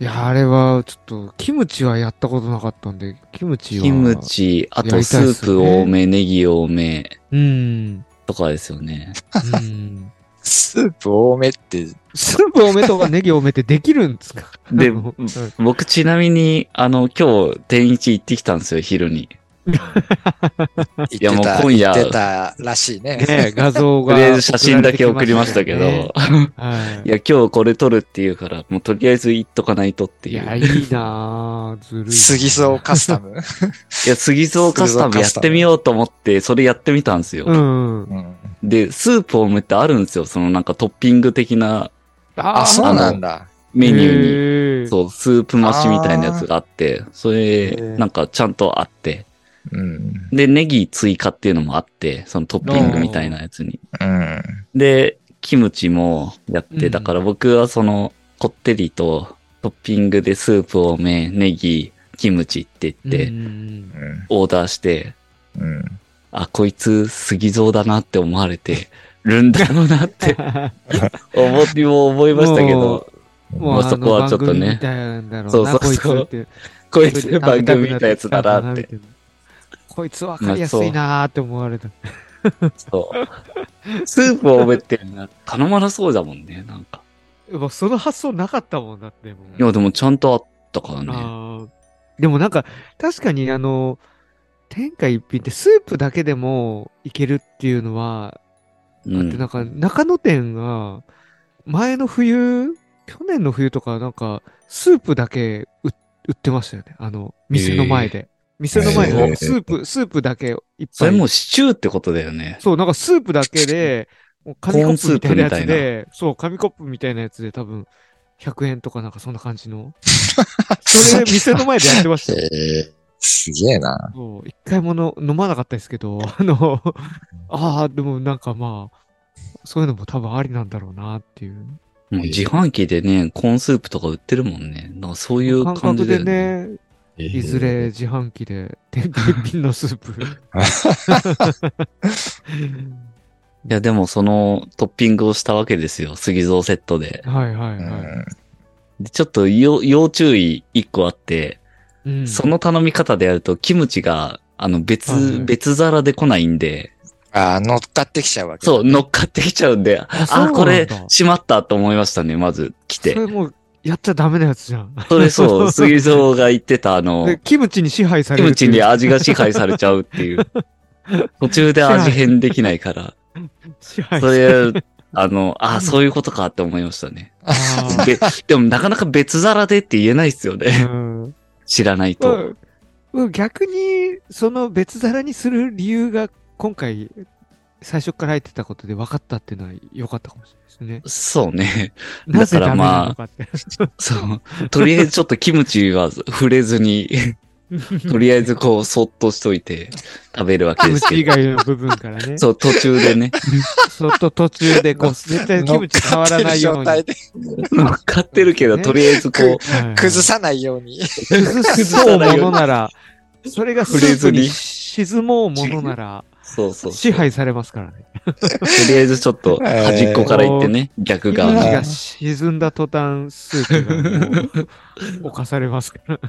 [SPEAKER 3] ーいや、あれは、ちょっと、キムチはやったことなかったんで、キムチは。
[SPEAKER 1] キム。チ、あ
[SPEAKER 3] や
[SPEAKER 1] と
[SPEAKER 3] り
[SPEAKER 1] ス
[SPEAKER 3] たいっす
[SPEAKER 1] ー
[SPEAKER 3] ね
[SPEAKER 1] プ多め、ネギ多め
[SPEAKER 3] うん。
[SPEAKER 1] とかですよね。
[SPEAKER 3] うん。
[SPEAKER 2] あ、スープ多めって、
[SPEAKER 3] スープ多めとかネギ多めってできるんですか
[SPEAKER 1] で
[SPEAKER 3] *laughs* あの
[SPEAKER 1] 僕ちなみに、あの、今日、天一行ってきたんですよ、昼に。
[SPEAKER 2] 言って
[SPEAKER 1] やもう
[SPEAKER 2] た、
[SPEAKER 1] 今夜
[SPEAKER 2] 言ってたらしいね。
[SPEAKER 3] ね、画像
[SPEAKER 1] と
[SPEAKER 3] が。
[SPEAKER 1] りあえず写真だけ送りましたけど、
[SPEAKER 3] は
[SPEAKER 1] *laughs*
[SPEAKER 3] い
[SPEAKER 1] い。や、今日これ撮るっていうから、もうとりあえず行っとかないとって
[SPEAKER 3] い
[SPEAKER 1] いう。
[SPEAKER 3] や、いいなぁ。ずるい。
[SPEAKER 2] 杉蔵カスタム。
[SPEAKER 1] いや、杉蔵カスタムやってみようと思って、それやってみたんですよ。
[SPEAKER 3] うん。
[SPEAKER 2] うん
[SPEAKER 1] で、スープ多めってあるんですよ。そのなんかトッピング的な
[SPEAKER 3] あ
[SPEAKER 2] あ、そうなんだ。
[SPEAKER 1] メニューに。
[SPEAKER 3] ー
[SPEAKER 1] そう、スープ増しみたいなやつがあって、それ、なんかちゃんとあって。
[SPEAKER 2] うん。
[SPEAKER 1] で、ネギ追加っていうのもあって、そのトッピングみたいなやつに。
[SPEAKER 2] うん。
[SPEAKER 1] で、キムチもやっ
[SPEAKER 3] う
[SPEAKER 1] て、
[SPEAKER 3] ん
[SPEAKER 1] だから僕はその、こってりとトッピングでスープ多め、ネギ、キムチって言って、
[SPEAKER 3] うん
[SPEAKER 2] うん
[SPEAKER 1] オーダーして、
[SPEAKER 2] うん。
[SPEAKER 1] あ、こいつ、杉蔵だなって思われてるんだろうなって思い、も思いましたけ
[SPEAKER 3] も
[SPEAKER 1] ど、
[SPEAKER 3] もう
[SPEAKER 1] まあそこはちょっとね
[SPEAKER 3] そう
[SPEAKER 1] そう
[SPEAKER 3] そ
[SPEAKER 1] そうう
[SPEAKER 3] そ
[SPEAKER 1] そうう。
[SPEAKER 3] こいつって
[SPEAKER 1] こいつ番組見たやつだなっ。
[SPEAKER 3] *laughs* 食べたくなって
[SPEAKER 1] て。
[SPEAKER 3] きたなみたいなこいつ分かりやすいなーって思われた。
[SPEAKER 1] そう。スープ多めって頼まなそうだもんね、なんか。
[SPEAKER 3] もうその発想なかったもんだって。もう
[SPEAKER 1] いや、でもちゃんとあったからね。
[SPEAKER 3] あーでもなんか、確かにあの、天下一品ってスープだけでもいけるっていうのは、
[SPEAKER 1] う
[SPEAKER 3] でなんか中野店が前の冬、去年の冬とかなんかスープだけ売売ってましたよね。あの、店の前で。店の前
[SPEAKER 2] へ
[SPEAKER 3] で
[SPEAKER 2] ー
[SPEAKER 3] スープ、スープだけいっ
[SPEAKER 1] そ
[SPEAKER 3] ぱ
[SPEAKER 1] れ
[SPEAKER 3] い
[SPEAKER 1] も。うシチューってことだよね。
[SPEAKER 3] そう、なんかスープだけで、もう紙コップみたいなやつで、そう、紙コップみたいなやつで多分100円とかなんかそんな感じの。それ店の前でやってましたよ。
[SPEAKER 2] へーすげえな。
[SPEAKER 3] そう、一回もの飲まなかったですけど、 *laughs* あの、ああ、でもなんかまあ、そういうのも多分ありなんだろうなっていう。
[SPEAKER 1] もう自販機でね、コーンスープとか売ってるもんね。なんかそういう
[SPEAKER 3] 感
[SPEAKER 1] 感
[SPEAKER 3] 覚
[SPEAKER 1] じだ
[SPEAKER 3] で
[SPEAKER 1] よね。
[SPEAKER 3] ね、いずれ自販機で天下一品のス
[SPEAKER 1] *laughs*
[SPEAKER 3] ープ。
[SPEAKER 1] いや、でもそのトッピングをしたわけですよ。杉蔵セットで。
[SPEAKER 3] はいはいうは
[SPEAKER 2] ん。
[SPEAKER 1] でちょっと要要注意一個あって、
[SPEAKER 3] い。うん
[SPEAKER 1] その頼み方でやるとキムチが、あの別、
[SPEAKER 3] はいはい
[SPEAKER 1] 別皿で来ないんで、
[SPEAKER 2] あー、乗っかってきちゃうわけ。
[SPEAKER 1] そう、乗っかってきちゃうんで、あ
[SPEAKER 3] そうなんだ
[SPEAKER 1] これ、しまったと思いましたね、まず来
[SPEAKER 3] そ
[SPEAKER 1] て
[SPEAKER 3] れ。もうやっちゃダメなやつじゃん。
[SPEAKER 1] それそう、
[SPEAKER 3] *laughs*
[SPEAKER 1] 杉蔵が言ってたあの
[SPEAKER 3] で、、キムチに支配さ
[SPEAKER 1] キ
[SPEAKER 3] れる
[SPEAKER 1] ム
[SPEAKER 3] って
[SPEAKER 1] チ
[SPEAKER 3] いう。
[SPEAKER 1] に味が支配されちゃうって
[SPEAKER 3] *laughs*
[SPEAKER 1] いう。途中で味変できないから。
[SPEAKER 3] 支配
[SPEAKER 1] そ
[SPEAKER 3] される。
[SPEAKER 1] れ、あの、あそういうことかって思いましたね。
[SPEAKER 3] あー
[SPEAKER 1] で、でもなかなか別皿でって言えないですよね。
[SPEAKER 3] うん
[SPEAKER 1] 知らないと。
[SPEAKER 3] うんうん逆にその別皿にする理由が今回最初から入ってたことで分かったっていうのは良かったかもしれないですね。
[SPEAKER 1] そうね。
[SPEAKER 3] な
[SPEAKER 1] だ
[SPEAKER 3] ぜ
[SPEAKER 1] か
[SPEAKER 3] ダ
[SPEAKER 1] ら
[SPEAKER 3] メな
[SPEAKER 1] ま
[SPEAKER 3] のかって。
[SPEAKER 1] そう。とりあえずちょっとキムチは触れず
[SPEAKER 3] *laughs*
[SPEAKER 1] に、とりあえずこう、そっとしといて食べるわ
[SPEAKER 3] *laughs* キ
[SPEAKER 1] けで
[SPEAKER 3] ム
[SPEAKER 1] す
[SPEAKER 3] チ以
[SPEAKER 1] けど。
[SPEAKER 3] 外の部分からね。そ
[SPEAKER 1] そう、途中でね、
[SPEAKER 3] っと途中
[SPEAKER 1] *laughs*
[SPEAKER 3] でこう絶対キムチ変わらないよう
[SPEAKER 2] 乗っかって
[SPEAKER 3] に
[SPEAKER 2] る状態で
[SPEAKER 1] 乗っかってるけど、とりあえずこう、
[SPEAKER 3] はい
[SPEAKER 2] 崩さないように。
[SPEAKER 3] 崩そうものなら、それがスープに沈もうものなら
[SPEAKER 1] そうそう。
[SPEAKER 3] 支配されますからね。
[SPEAKER 1] とりあえずちょっと端っこから行ってね、
[SPEAKER 3] キ
[SPEAKER 1] 逆
[SPEAKER 3] ムチ
[SPEAKER 1] 側に。
[SPEAKER 3] が沈んだ途端スープが *laughs* もう侵されますから。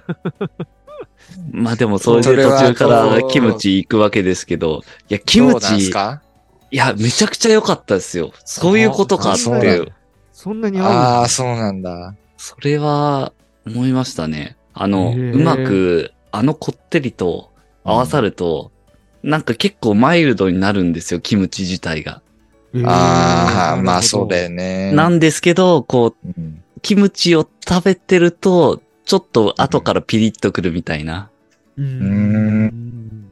[SPEAKER 1] まあでもそれで途中からキムチ行くわけですけど、いや、キ
[SPEAKER 2] ど
[SPEAKER 1] ム
[SPEAKER 2] うなん
[SPEAKER 1] チ、
[SPEAKER 2] す
[SPEAKER 1] い
[SPEAKER 2] か
[SPEAKER 1] や、めちゃくちゃ良かったですよ。そういうことかっ
[SPEAKER 2] あそう
[SPEAKER 1] て
[SPEAKER 2] ないん
[SPEAKER 1] う、
[SPEAKER 3] そんなに合う
[SPEAKER 2] ああ、そうなんだ。
[SPEAKER 1] それは思いましたね。あの、
[SPEAKER 3] へー
[SPEAKER 1] うまく、あのこってりと合わさると、なんか結構マイルドになるんですよ、キムチ自体が。
[SPEAKER 2] ああ、まあそうだ
[SPEAKER 3] よ。
[SPEAKER 2] よね。
[SPEAKER 1] なんですけど、こ
[SPEAKER 2] うん
[SPEAKER 1] う、キムチを食べてると、ちょっと後からピリッとくるみたいな。
[SPEAKER 3] う
[SPEAKER 2] うー
[SPEAKER 3] ん。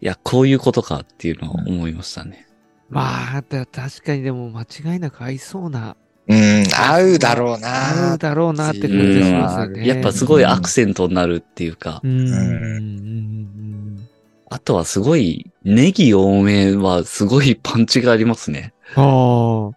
[SPEAKER 1] いや、こういうことかっていうのを思いましたね。
[SPEAKER 3] まあ、だ確かにでも間違いなく合いそうな、
[SPEAKER 2] うん、合うだろう
[SPEAKER 3] 合
[SPEAKER 2] な
[SPEAKER 3] う。だろうなって感じがしますよ
[SPEAKER 2] う
[SPEAKER 3] ね。
[SPEAKER 2] ん
[SPEAKER 1] やっぱすごいアクセントになるっていうか、
[SPEAKER 3] うん。うん
[SPEAKER 2] う
[SPEAKER 1] あとはすごい、ネギ多めはすごいパンチがありますね。
[SPEAKER 3] あ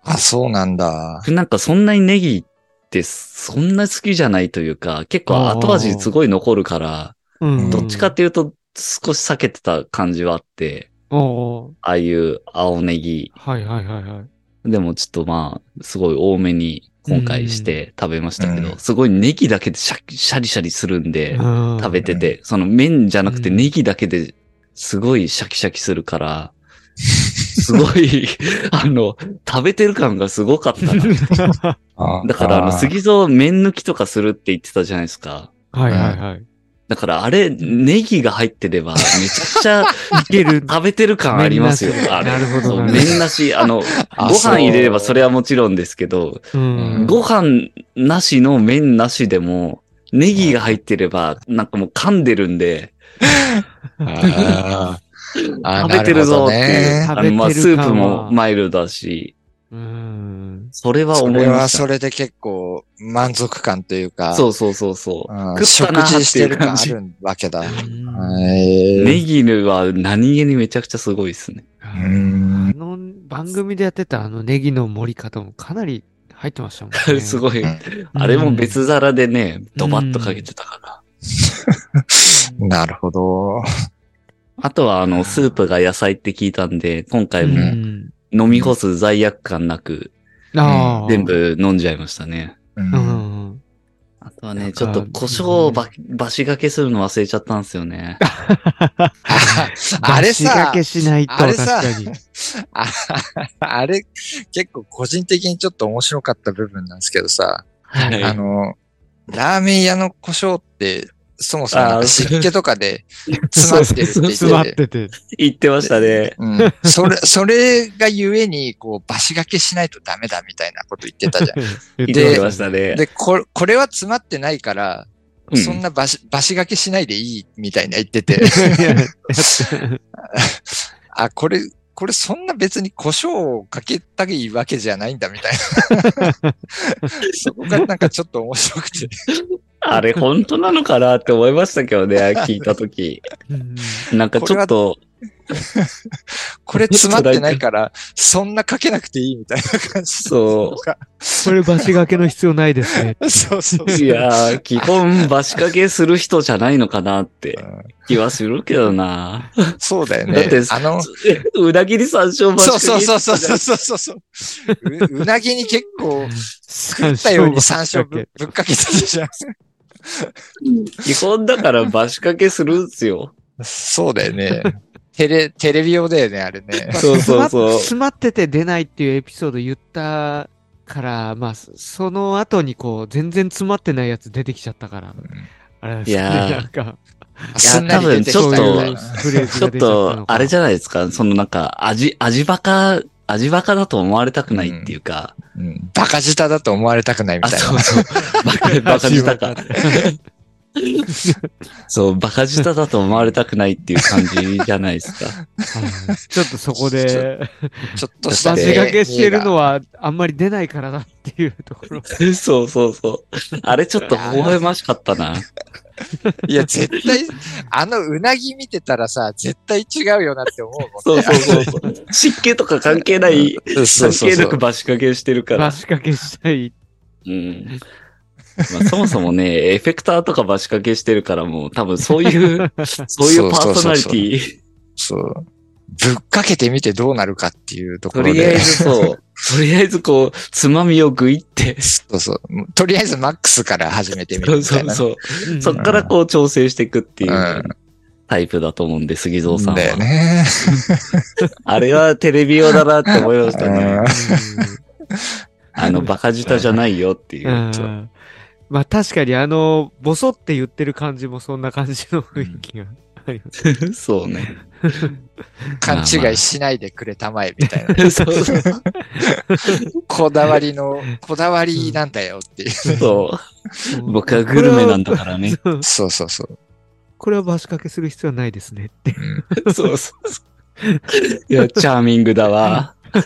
[SPEAKER 3] あ。
[SPEAKER 2] あ、そうなんだ。
[SPEAKER 1] なんかそんなにネギってそんな好きじゃないというか、結構後味すごい残るから、
[SPEAKER 3] うん
[SPEAKER 1] どっちかっていうと少し避けてた感じはあって、
[SPEAKER 3] おお
[SPEAKER 1] ああいう青ネギ。
[SPEAKER 3] はいはいはいはい。
[SPEAKER 1] でもちょっとまあ、すごい多めに今回して食べましたけど、
[SPEAKER 2] うん
[SPEAKER 1] すごいネギだけでシャキシャリシャリするんで、
[SPEAKER 3] 食
[SPEAKER 1] 食べてて、その麺じゃなくて
[SPEAKER 3] うん
[SPEAKER 1] ネギだけですごいシャキシャキするから、すご
[SPEAKER 3] *laughs*
[SPEAKER 1] い、あの、食べてる感がすごかったな。
[SPEAKER 2] あ
[SPEAKER 1] だから、あの、
[SPEAKER 2] ー
[SPEAKER 1] 杉蔵麺抜きとかするって言ってたじゃないですか。
[SPEAKER 3] *laughs* はいはいはい。
[SPEAKER 1] だから、あれ、ネギが入ってれば、めちゃくちゃ
[SPEAKER 3] いける。
[SPEAKER 1] *laughs* 食べてる感ありますよ
[SPEAKER 3] 麺な。し
[SPEAKER 1] あれ
[SPEAKER 3] なるほど
[SPEAKER 1] そう
[SPEAKER 3] なるほど
[SPEAKER 1] 麺なし、あの、
[SPEAKER 2] あ
[SPEAKER 1] ご
[SPEAKER 2] そう
[SPEAKER 1] 飯入れればそれはもちろんですけど、
[SPEAKER 3] うん
[SPEAKER 1] ご飯なしの麺なしでも、ネギが入ってれば、なんかもう噛んでるんで、
[SPEAKER 2] あーあー、
[SPEAKER 1] 食べてるぞっていう。
[SPEAKER 3] なるほどね
[SPEAKER 1] あの、まあ、
[SPEAKER 3] 食
[SPEAKER 1] ス
[SPEAKER 3] べてる
[SPEAKER 1] ー
[SPEAKER 3] 感は
[SPEAKER 1] プもマイルドだし、
[SPEAKER 3] うん。
[SPEAKER 1] それは
[SPEAKER 2] そ
[SPEAKER 1] 思
[SPEAKER 2] れ
[SPEAKER 1] いま
[SPEAKER 2] は
[SPEAKER 1] した。
[SPEAKER 2] それで結構満足感というか、
[SPEAKER 1] そうそうそうそう。
[SPEAKER 2] う
[SPEAKER 1] 食った
[SPEAKER 2] ん食
[SPEAKER 1] なー
[SPEAKER 2] 事
[SPEAKER 1] っ
[SPEAKER 2] して
[SPEAKER 1] い
[SPEAKER 2] て
[SPEAKER 1] う
[SPEAKER 2] る感
[SPEAKER 1] 感
[SPEAKER 2] あ
[SPEAKER 1] じ。
[SPEAKER 2] るわけだ。
[SPEAKER 1] ネ
[SPEAKER 2] え
[SPEAKER 1] ギは何気にめちゃくちゃすごいですね。
[SPEAKER 3] あ
[SPEAKER 2] ん
[SPEAKER 3] の番組でやってたあのネギの盛り方もかなり入ってましたもん
[SPEAKER 1] *laughs*
[SPEAKER 3] ね。
[SPEAKER 1] すごい。
[SPEAKER 2] うん
[SPEAKER 1] あれも別皿でね、ドバッとかけてたから。
[SPEAKER 3] うん
[SPEAKER 2] なるほど。
[SPEAKER 1] あとはあの、スープが野菜って聞いたんで、今回
[SPEAKER 3] う
[SPEAKER 1] も
[SPEAKER 3] ん
[SPEAKER 1] 飲み干す罪悪感なく、
[SPEAKER 3] ああ。
[SPEAKER 1] 全部飲んじゃいましたね。
[SPEAKER 2] う
[SPEAKER 3] うんん。うん。
[SPEAKER 1] あとは
[SPEAKER 3] な
[SPEAKER 1] ね、
[SPEAKER 3] んか
[SPEAKER 1] ちょっと胡椒をば、ばしがけするの忘れちゃったんですよ
[SPEAKER 3] *laughs*
[SPEAKER 1] ね。
[SPEAKER 2] *laughs* あれ
[SPEAKER 3] 出し
[SPEAKER 2] さ
[SPEAKER 3] 掛、けしないと
[SPEAKER 2] あれ
[SPEAKER 3] 確
[SPEAKER 2] さ
[SPEAKER 3] かに。
[SPEAKER 2] ああれ、結構個人的にちょっと面白かった部分なんですけどさ、
[SPEAKER 1] はい
[SPEAKER 2] あの、ラーメン屋の胡椒って、そもそもなん
[SPEAKER 1] あー
[SPEAKER 2] か湿気とかで詰
[SPEAKER 1] *laughs*
[SPEAKER 2] まってるって言
[SPEAKER 3] 詰ま
[SPEAKER 2] っ
[SPEAKER 3] って
[SPEAKER 2] て、
[SPEAKER 3] てて。
[SPEAKER 1] 言ってましたね。
[SPEAKER 2] うん、それ、それがゆえに、こう、バシがけしないとダメだみたいなこと言ってたじゃ
[SPEAKER 1] 言って
[SPEAKER 2] で
[SPEAKER 1] ましたね
[SPEAKER 2] ん。。で、こ、これは詰まってないから、
[SPEAKER 1] うん
[SPEAKER 2] そんなバシ、バシがけしないでいいみたいな言ってて、
[SPEAKER 1] *laughs*
[SPEAKER 2] あ、これ、これそんな別に胡椒をかけたいわけじゃないんだみたいな。
[SPEAKER 1] *laughs*
[SPEAKER 2] そこがなんかちょっと面白くて。
[SPEAKER 1] あれ本当なのかなって思いましたけどね、聞いたとき。
[SPEAKER 3] *laughs* うん
[SPEAKER 1] なんかちょっと、
[SPEAKER 2] これ詰まってないから、そんなかけなくていいみたいな感じ。
[SPEAKER 1] そ
[SPEAKER 3] これ、バシがけの必要ないで
[SPEAKER 1] *laughs*
[SPEAKER 3] すね。
[SPEAKER 2] う。そうそうそう。
[SPEAKER 1] いやー、基本、バシ掛けする人じゃないのかなって気はするけどな。
[SPEAKER 2] うんそうだよね。
[SPEAKER 1] だって
[SPEAKER 2] あの、
[SPEAKER 1] うなぎり山椒バシ
[SPEAKER 2] そ
[SPEAKER 1] 掛
[SPEAKER 2] う
[SPEAKER 1] け
[SPEAKER 2] そうそうそうそうそうそう。ううなぎに結構、作ったように山椒ぶぶっかけてたじゃん。
[SPEAKER 1] 基本だからバシ掛けするんすよ。
[SPEAKER 2] そうだよね。テレ、テレビ用だよね、あれね。
[SPEAKER 1] そうそうそう。
[SPEAKER 3] *laughs* 詰まってて出ないっていうエピソード言ったから、まあ、そその後にこう、全然詰まってないやつ出てきちゃったから。あれですね
[SPEAKER 1] いやー
[SPEAKER 3] なんか、
[SPEAKER 2] すんなり出てきた
[SPEAKER 1] ちょっと
[SPEAKER 2] みたい
[SPEAKER 3] そういう
[SPEAKER 2] な
[SPEAKER 3] フレーズ
[SPEAKER 1] ちょ
[SPEAKER 3] が
[SPEAKER 1] っ
[SPEAKER 3] 出ちゃったの
[SPEAKER 1] と、
[SPEAKER 3] か
[SPEAKER 1] あれじゃないですか。そのなんか、味、味バカ、味バカだと思われたくないっていうか。
[SPEAKER 2] うんバカ舌だと思われたくないみ
[SPEAKER 1] あ、
[SPEAKER 2] たいな。
[SPEAKER 1] そうそう。バカ、 *laughs* バカ舌か
[SPEAKER 3] 味バ。
[SPEAKER 1] そう、バカ舌だと思われたくないっていう感じじゃないですか。
[SPEAKER 3] はいちょっとそこで、
[SPEAKER 2] ちょっとした
[SPEAKER 3] バ
[SPEAKER 2] ね
[SPEAKER 3] シがけしてるのはあんまり出ないからだっていうところ。
[SPEAKER 1] *laughs* そうそうそう。あれちょっと微笑ましかったな。
[SPEAKER 2] いや、絶対、あのうなぎ見てたらさ、絶対違うよなって思うもんね。
[SPEAKER 1] そうそうそう *laughs* そう。湿気とか関係ない、
[SPEAKER 2] そうそう
[SPEAKER 1] 関
[SPEAKER 2] そう
[SPEAKER 1] 係なくバシ掛けしてるか
[SPEAKER 3] バ
[SPEAKER 1] ら。
[SPEAKER 3] シ掛けしたい。
[SPEAKER 1] うん。まあ、そもそもね、エフェクターとかバシ掛けしてるからもう多分そう *laughs* いう、そういうパーソナリティ、
[SPEAKER 2] そう。ぶっかけてみてどうなるかっていうとことろ
[SPEAKER 1] りあえ
[SPEAKER 2] で。
[SPEAKER 1] ずそう、とりあえずこう、つまみをグイって、
[SPEAKER 2] そうそう。とりあえずマックスから始めてみ
[SPEAKER 1] そ
[SPEAKER 2] る
[SPEAKER 1] う
[SPEAKER 2] みた
[SPEAKER 1] そ
[SPEAKER 2] いうな。
[SPEAKER 1] そう。
[SPEAKER 3] うん
[SPEAKER 1] そっからこう調整していくっていううんタイプだと思うんで、杉蔵さん
[SPEAKER 2] だよ
[SPEAKER 1] は。
[SPEAKER 2] ね。
[SPEAKER 1] あれはテレビ用だなって思いました
[SPEAKER 2] う
[SPEAKER 1] ね
[SPEAKER 2] ん。
[SPEAKER 1] あの、バカ舌じゃないよっていうう。
[SPEAKER 3] んまあ確かにあの、ボソって言ってる感じもそんな感じの雰囲気が。
[SPEAKER 1] そうね。
[SPEAKER 2] 勘違いしないでくれたまえみ
[SPEAKER 1] *laughs*
[SPEAKER 2] たいな。
[SPEAKER 1] そうそう
[SPEAKER 2] こだわりの、こだわりなんだよっていう。
[SPEAKER 1] そう。僕はグルメなんだからね。
[SPEAKER 2] そうそうそう。
[SPEAKER 3] これはバシかけする必要はないですねって。
[SPEAKER 2] うん
[SPEAKER 1] そうそうそう。いや、チャーミングだわ。チ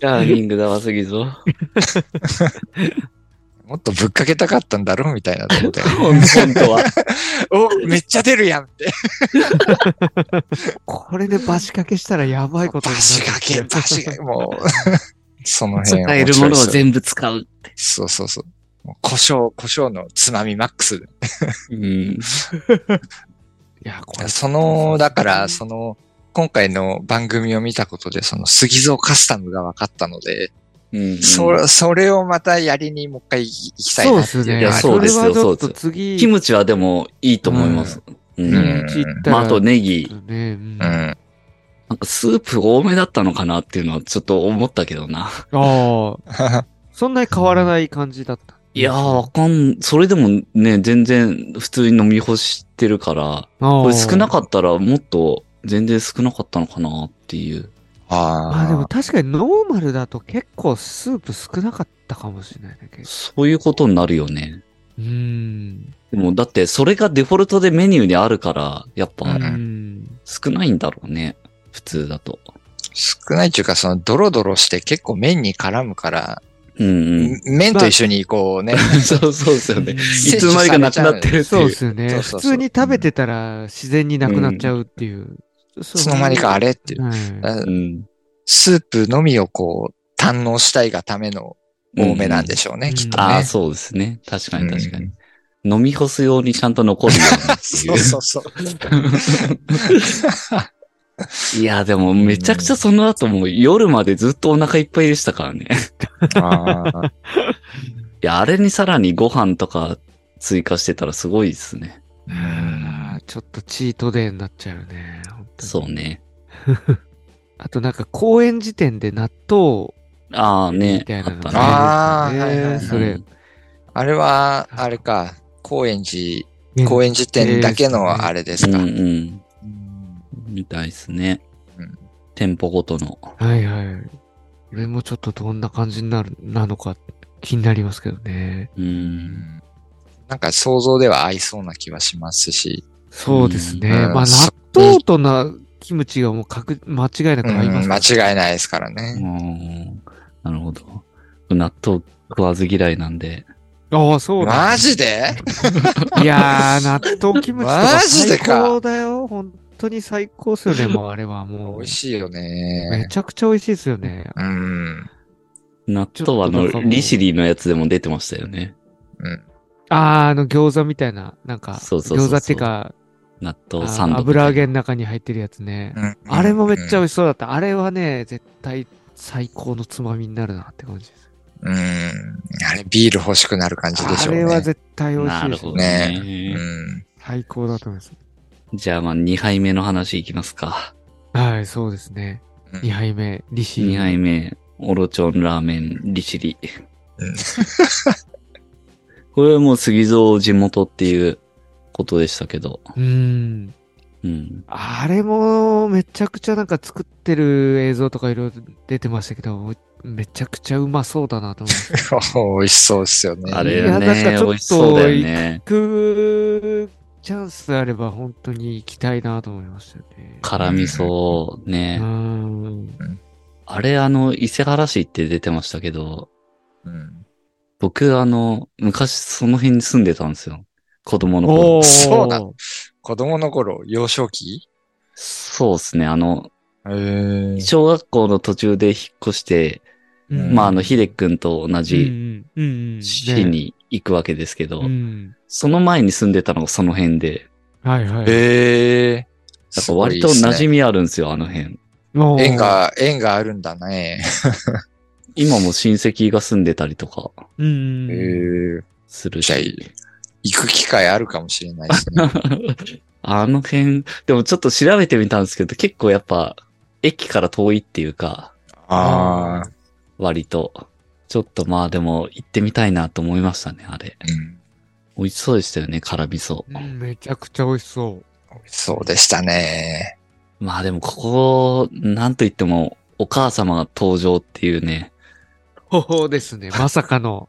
[SPEAKER 1] ャーミングだわすぎぞ。
[SPEAKER 2] もっとぶっかけたかったんだろうみたいなと
[SPEAKER 1] *laughs*
[SPEAKER 2] こで。
[SPEAKER 1] 本当は。
[SPEAKER 2] お、めっちゃ出るやんって。
[SPEAKER 3] これでバシかけしたらやばいこと
[SPEAKER 2] バ
[SPEAKER 3] になる
[SPEAKER 2] シがけ、バシがけ、もう。 *laughs* その辺
[SPEAKER 1] 使えるものを
[SPEAKER 2] 部。
[SPEAKER 1] 全部使う。
[SPEAKER 2] そうそうそう。もう胡椒、胡椒のつまみマックス。
[SPEAKER 1] うん。
[SPEAKER 3] いや、これ。
[SPEAKER 2] その、だから、その、今回の番組を見たことで、その、杉蔵カスタムが分かったので、
[SPEAKER 1] うん
[SPEAKER 2] それ、それをまたやりにもう一回行きたい
[SPEAKER 3] そう
[SPEAKER 2] な
[SPEAKER 3] で
[SPEAKER 2] ってい
[SPEAKER 3] す
[SPEAKER 2] うのがあ
[SPEAKER 1] い
[SPEAKER 3] ね。
[SPEAKER 1] や
[SPEAKER 2] る
[SPEAKER 1] そうですよ
[SPEAKER 3] これはちょっ
[SPEAKER 1] そ
[SPEAKER 3] と
[SPEAKER 1] うで
[SPEAKER 3] 次、
[SPEAKER 1] キムチはでもいいと思います。うん
[SPEAKER 2] うん
[SPEAKER 3] キムチ行った
[SPEAKER 1] ま
[SPEAKER 3] ら
[SPEAKER 1] あ、あとネギ。
[SPEAKER 3] ね、うん
[SPEAKER 2] う
[SPEAKER 3] あ
[SPEAKER 2] ん。
[SPEAKER 1] なんかスープ多めだったのかなっていうのはちょっと思ったけどな。
[SPEAKER 3] あ、
[SPEAKER 1] *laughs*
[SPEAKER 3] そんなに変わらない感じだった。
[SPEAKER 1] いやー、わかん、それでもね、全然普通に飲み干してるから、こ
[SPEAKER 3] こ
[SPEAKER 1] れ少なかったらもっと全然少なかったのかなっていう。
[SPEAKER 3] まあでも
[SPEAKER 2] あ
[SPEAKER 3] 確かにノーマルだと結構スープ少なかったかもしれないね。
[SPEAKER 1] そ
[SPEAKER 3] 結
[SPEAKER 1] ういうことになるよね。
[SPEAKER 3] 構うーん。
[SPEAKER 1] でもだってそれがデフォルトでメニューにあるから、やっ
[SPEAKER 3] う
[SPEAKER 1] ぱ
[SPEAKER 2] ん
[SPEAKER 3] ーん。
[SPEAKER 1] 少ないんだろうね。普通だと。
[SPEAKER 2] 少ないっていうか、その、ドロドロして結構麺に絡むから、
[SPEAKER 1] うんうん。
[SPEAKER 2] 麺と一緒にこうね、
[SPEAKER 1] *laughs* そうそうですよね。い
[SPEAKER 2] 摂
[SPEAKER 1] つ
[SPEAKER 2] 取
[SPEAKER 1] の間に
[SPEAKER 2] さ
[SPEAKER 1] か
[SPEAKER 2] れ
[SPEAKER 1] な
[SPEAKER 2] ち
[SPEAKER 1] く
[SPEAKER 2] ゃう
[SPEAKER 1] なってるって
[SPEAKER 3] そう
[SPEAKER 1] い
[SPEAKER 3] で
[SPEAKER 1] う。
[SPEAKER 3] すよね。
[SPEAKER 2] そうそ
[SPEAKER 3] 普
[SPEAKER 2] うそう
[SPEAKER 3] 通に食べてたら自然になくなっちゃうっていう。
[SPEAKER 2] いつの間にかあれっていう。
[SPEAKER 3] はい
[SPEAKER 1] うん。
[SPEAKER 2] スープのみをこう、堪能したいがための多めなんでしょうね、
[SPEAKER 3] うん
[SPEAKER 2] きっとね。
[SPEAKER 1] ああ、そうですね。確かに確かに。
[SPEAKER 2] うん
[SPEAKER 1] 飲み干すようにちゃんと残るよう
[SPEAKER 3] *laughs*
[SPEAKER 1] にってい
[SPEAKER 2] そうそ
[SPEAKER 1] *laughs*
[SPEAKER 2] うそう。
[SPEAKER 1] いや、でもめちゃくちゃその後もう夜までずっとお腹いっぱいでしたからね。
[SPEAKER 2] あー
[SPEAKER 1] いや、あれにさらにご飯とか追加してたらすごいですね。
[SPEAKER 3] あーちょっとチートデーになっちゃうね。本当に
[SPEAKER 1] そうね。
[SPEAKER 3] あとなんか公演時点で納豆
[SPEAKER 1] ああね
[SPEAKER 3] み。たい
[SPEAKER 1] あ
[SPEAKER 3] な
[SPEAKER 1] っ
[SPEAKER 3] の
[SPEAKER 1] た
[SPEAKER 3] が
[SPEAKER 1] ね。
[SPEAKER 2] あったね
[SPEAKER 3] 出てきたね
[SPEAKER 2] あーはいはいはい
[SPEAKER 3] それ、
[SPEAKER 2] あれは、あれか、高円寺、高円寺店だけのあれです
[SPEAKER 1] うん
[SPEAKER 2] か。
[SPEAKER 1] うん。
[SPEAKER 2] うん
[SPEAKER 1] みたいですね
[SPEAKER 2] うん。
[SPEAKER 1] 店舗ごとの。
[SPEAKER 3] はいはい。これもちょっとどんな感じになる、なのか気になりますけどね。
[SPEAKER 1] うん。
[SPEAKER 2] なんか想像では合いそうな気はしますし。
[SPEAKER 3] そうですね。
[SPEAKER 2] うん
[SPEAKER 3] まあ、
[SPEAKER 2] そ
[SPEAKER 3] 納豆とな、キムチがもう確、間違いなく
[SPEAKER 2] うん
[SPEAKER 3] 合います
[SPEAKER 2] 間
[SPEAKER 3] から
[SPEAKER 2] 違いないですから
[SPEAKER 1] う
[SPEAKER 2] ね。
[SPEAKER 1] んなるほど。納豆食わず嫌いなんで。
[SPEAKER 3] ああ、そうだ。
[SPEAKER 2] マジで
[SPEAKER 3] いやー、納豆キムチとか
[SPEAKER 2] マジで
[SPEAKER 3] 最
[SPEAKER 2] か
[SPEAKER 3] 高だよ。本当に最高っすよね、もうあれはもう。
[SPEAKER 2] 美味しいよ
[SPEAKER 3] め
[SPEAKER 2] ね。
[SPEAKER 3] ちゃくちゃ美味しいですよね。
[SPEAKER 2] うん。
[SPEAKER 1] 納豆はあ
[SPEAKER 3] ちょ
[SPEAKER 1] の
[SPEAKER 3] っとなんかも、う
[SPEAKER 1] リシリのやつでも出てましたよね。
[SPEAKER 2] うん。
[SPEAKER 3] あー、あの餃子みたいな、なんか、
[SPEAKER 1] そうそうそうそう
[SPEAKER 3] 餃子っていうか、
[SPEAKER 1] 納
[SPEAKER 3] あ
[SPEAKER 1] 豆サン
[SPEAKER 3] の
[SPEAKER 1] ド。
[SPEAKER 3] 油揚げの中に入ってるやつね。
[SPEAKER 2] うん
[SPEAKER 3] あれもめっちゃ美
[SPEAKER 2] うん
[SPEAKER 3] 味しそうだった。あれはね、絶対最高のつまみになるなって感じです。
[SPEAKER 2] うん。あれ、ビール欲しくなる感じでし
[SPEAKER 3] あ
[SPEAKER 2] ょうね。
[SPEAKER 3] れは絶対美味し
[SPEAKER 1] ないる
[SPEAKER 3] で
[SPEAKER 1] ほ
[SPEAKER 3] す
[SPEAKER 1] ど
[SPEAKER 3] ね。
[SPEAKER 1] ね。
[SPEAKER 2] うん。
[SPEAKER 3] 最高だと思います。
[SPEAKER 1] じゃあまあ2杯目の話いきますか。
[SPEAKER 3] はい、そうですね。
[SPEAKER 2] うん
[SPEAKER 3] 2杯目、利子。
[SPEAKER 1] 2杯目、オロチョンラーメン、リシリ
[SPEAKER 2] うん。
[SPEAKER 1] これはもう杉蔵地元っていうことでしたけど。
[SPEAKER 3] うーん。
[SPEAKER 1] うん。
[SPEAKER 3] あれも、めちゃくちゃなんか作ってる映像とかいろいろ出てましたけど、めちゃくちゃうまそうだなと思いま
[SPEAKER 2] *laughs*
[SPEAKER 3] す。
[SPEAKER 2] 美味しそうですよね。
[SPEAKER 1] あ
[SPEAKER 3] い
[SPEAKER 1] れ
[SPEAKER 3] や
[SPEAKER 1] ね、
[SPEAKER 3] なんかちょっと
[SPEAKER 1] 美味しそうだよね。
[SPEAKER 3] 行くチャンスあれば本当に行きたいなと思いましたよね。
[SPEAKER 1] 辛味噌、
[SPEAKER 3] う
[SPEAKER 1] ね。
[SPEAKER 3] ーん。
[SPEAKER 1] あれ、あの、伊勢原市って出てましたけど、
[SPEAKER 2] うん
[SPEAKER 1] 僕、あの、昔その辺に住んでたんですよ。子供の頃。
[SPEAKER 3] おー
[SPEAKER 2] そうなの子供の頃、幼少期
[SPEAKER 1] そうですね。あの、
[SPEAKER 2] へー
[SPEAKER 1] 小学校の途中で引っ越して、
[SPEAKER 3] うん
[SPEAKER 1] まあ、あの、ヒデ君と同
[SPEAKER 3] うんう
[SPEAKER 1] じ
[SPEAKER 3] んうんうんね
[SPEAKER 1] 市に行くわけですけど、
[SPEAKER 3] うん。
[SPEAKER 1] その前に住んでたのがその辺で、
[SPEAKER 3] はいはい。
[SPEAKER 2] へえ。
[SPEAKER 1] だから割と馴染みあるんですよ、あの辺。
[SPEAKER 3] もう
[SPEAKER 2] 縁。が、縁があるんだね。
[SPEAKER 1] 今も親戚が住んでたりとか
[SPEAKER 3] うん
[SPEAKER 2] へ
[SPEAKER 3] うん。
[SPEAKER 2] え。
[SPEAKER 1] する
[SPEAKER 2] じゃあ
[SPEAKER 1] し。
[SPEAKER 2] 行く機会あるかもしれないです
[SPEAKER 3] *laughs*
[SPEAKER 2] ね。
[SPEAKER 1] あの辺、でもちょっと調べてみたんですけど、結構やっぱ、駅から遠いっていうか、
[SPEAKER 2] ああ。
[SPEAKER 1] 割と。ちょっとまあでも行ってみたいなと思いましたね、あれ。
[SPEAKER 2] うん。
[SPEAKER 1] 美味しそうでしたよね、辛味噌。
[SPEAKER 3] うんめちゃくちゃ美味しそう。
[SPEAKER 2] そうでしたね。
[SPEAKER 1] まあでもここ、なんと言っても、お母様が登場っていうね。
[SPEAKER 3] そうですね。 *laughs* まさかの。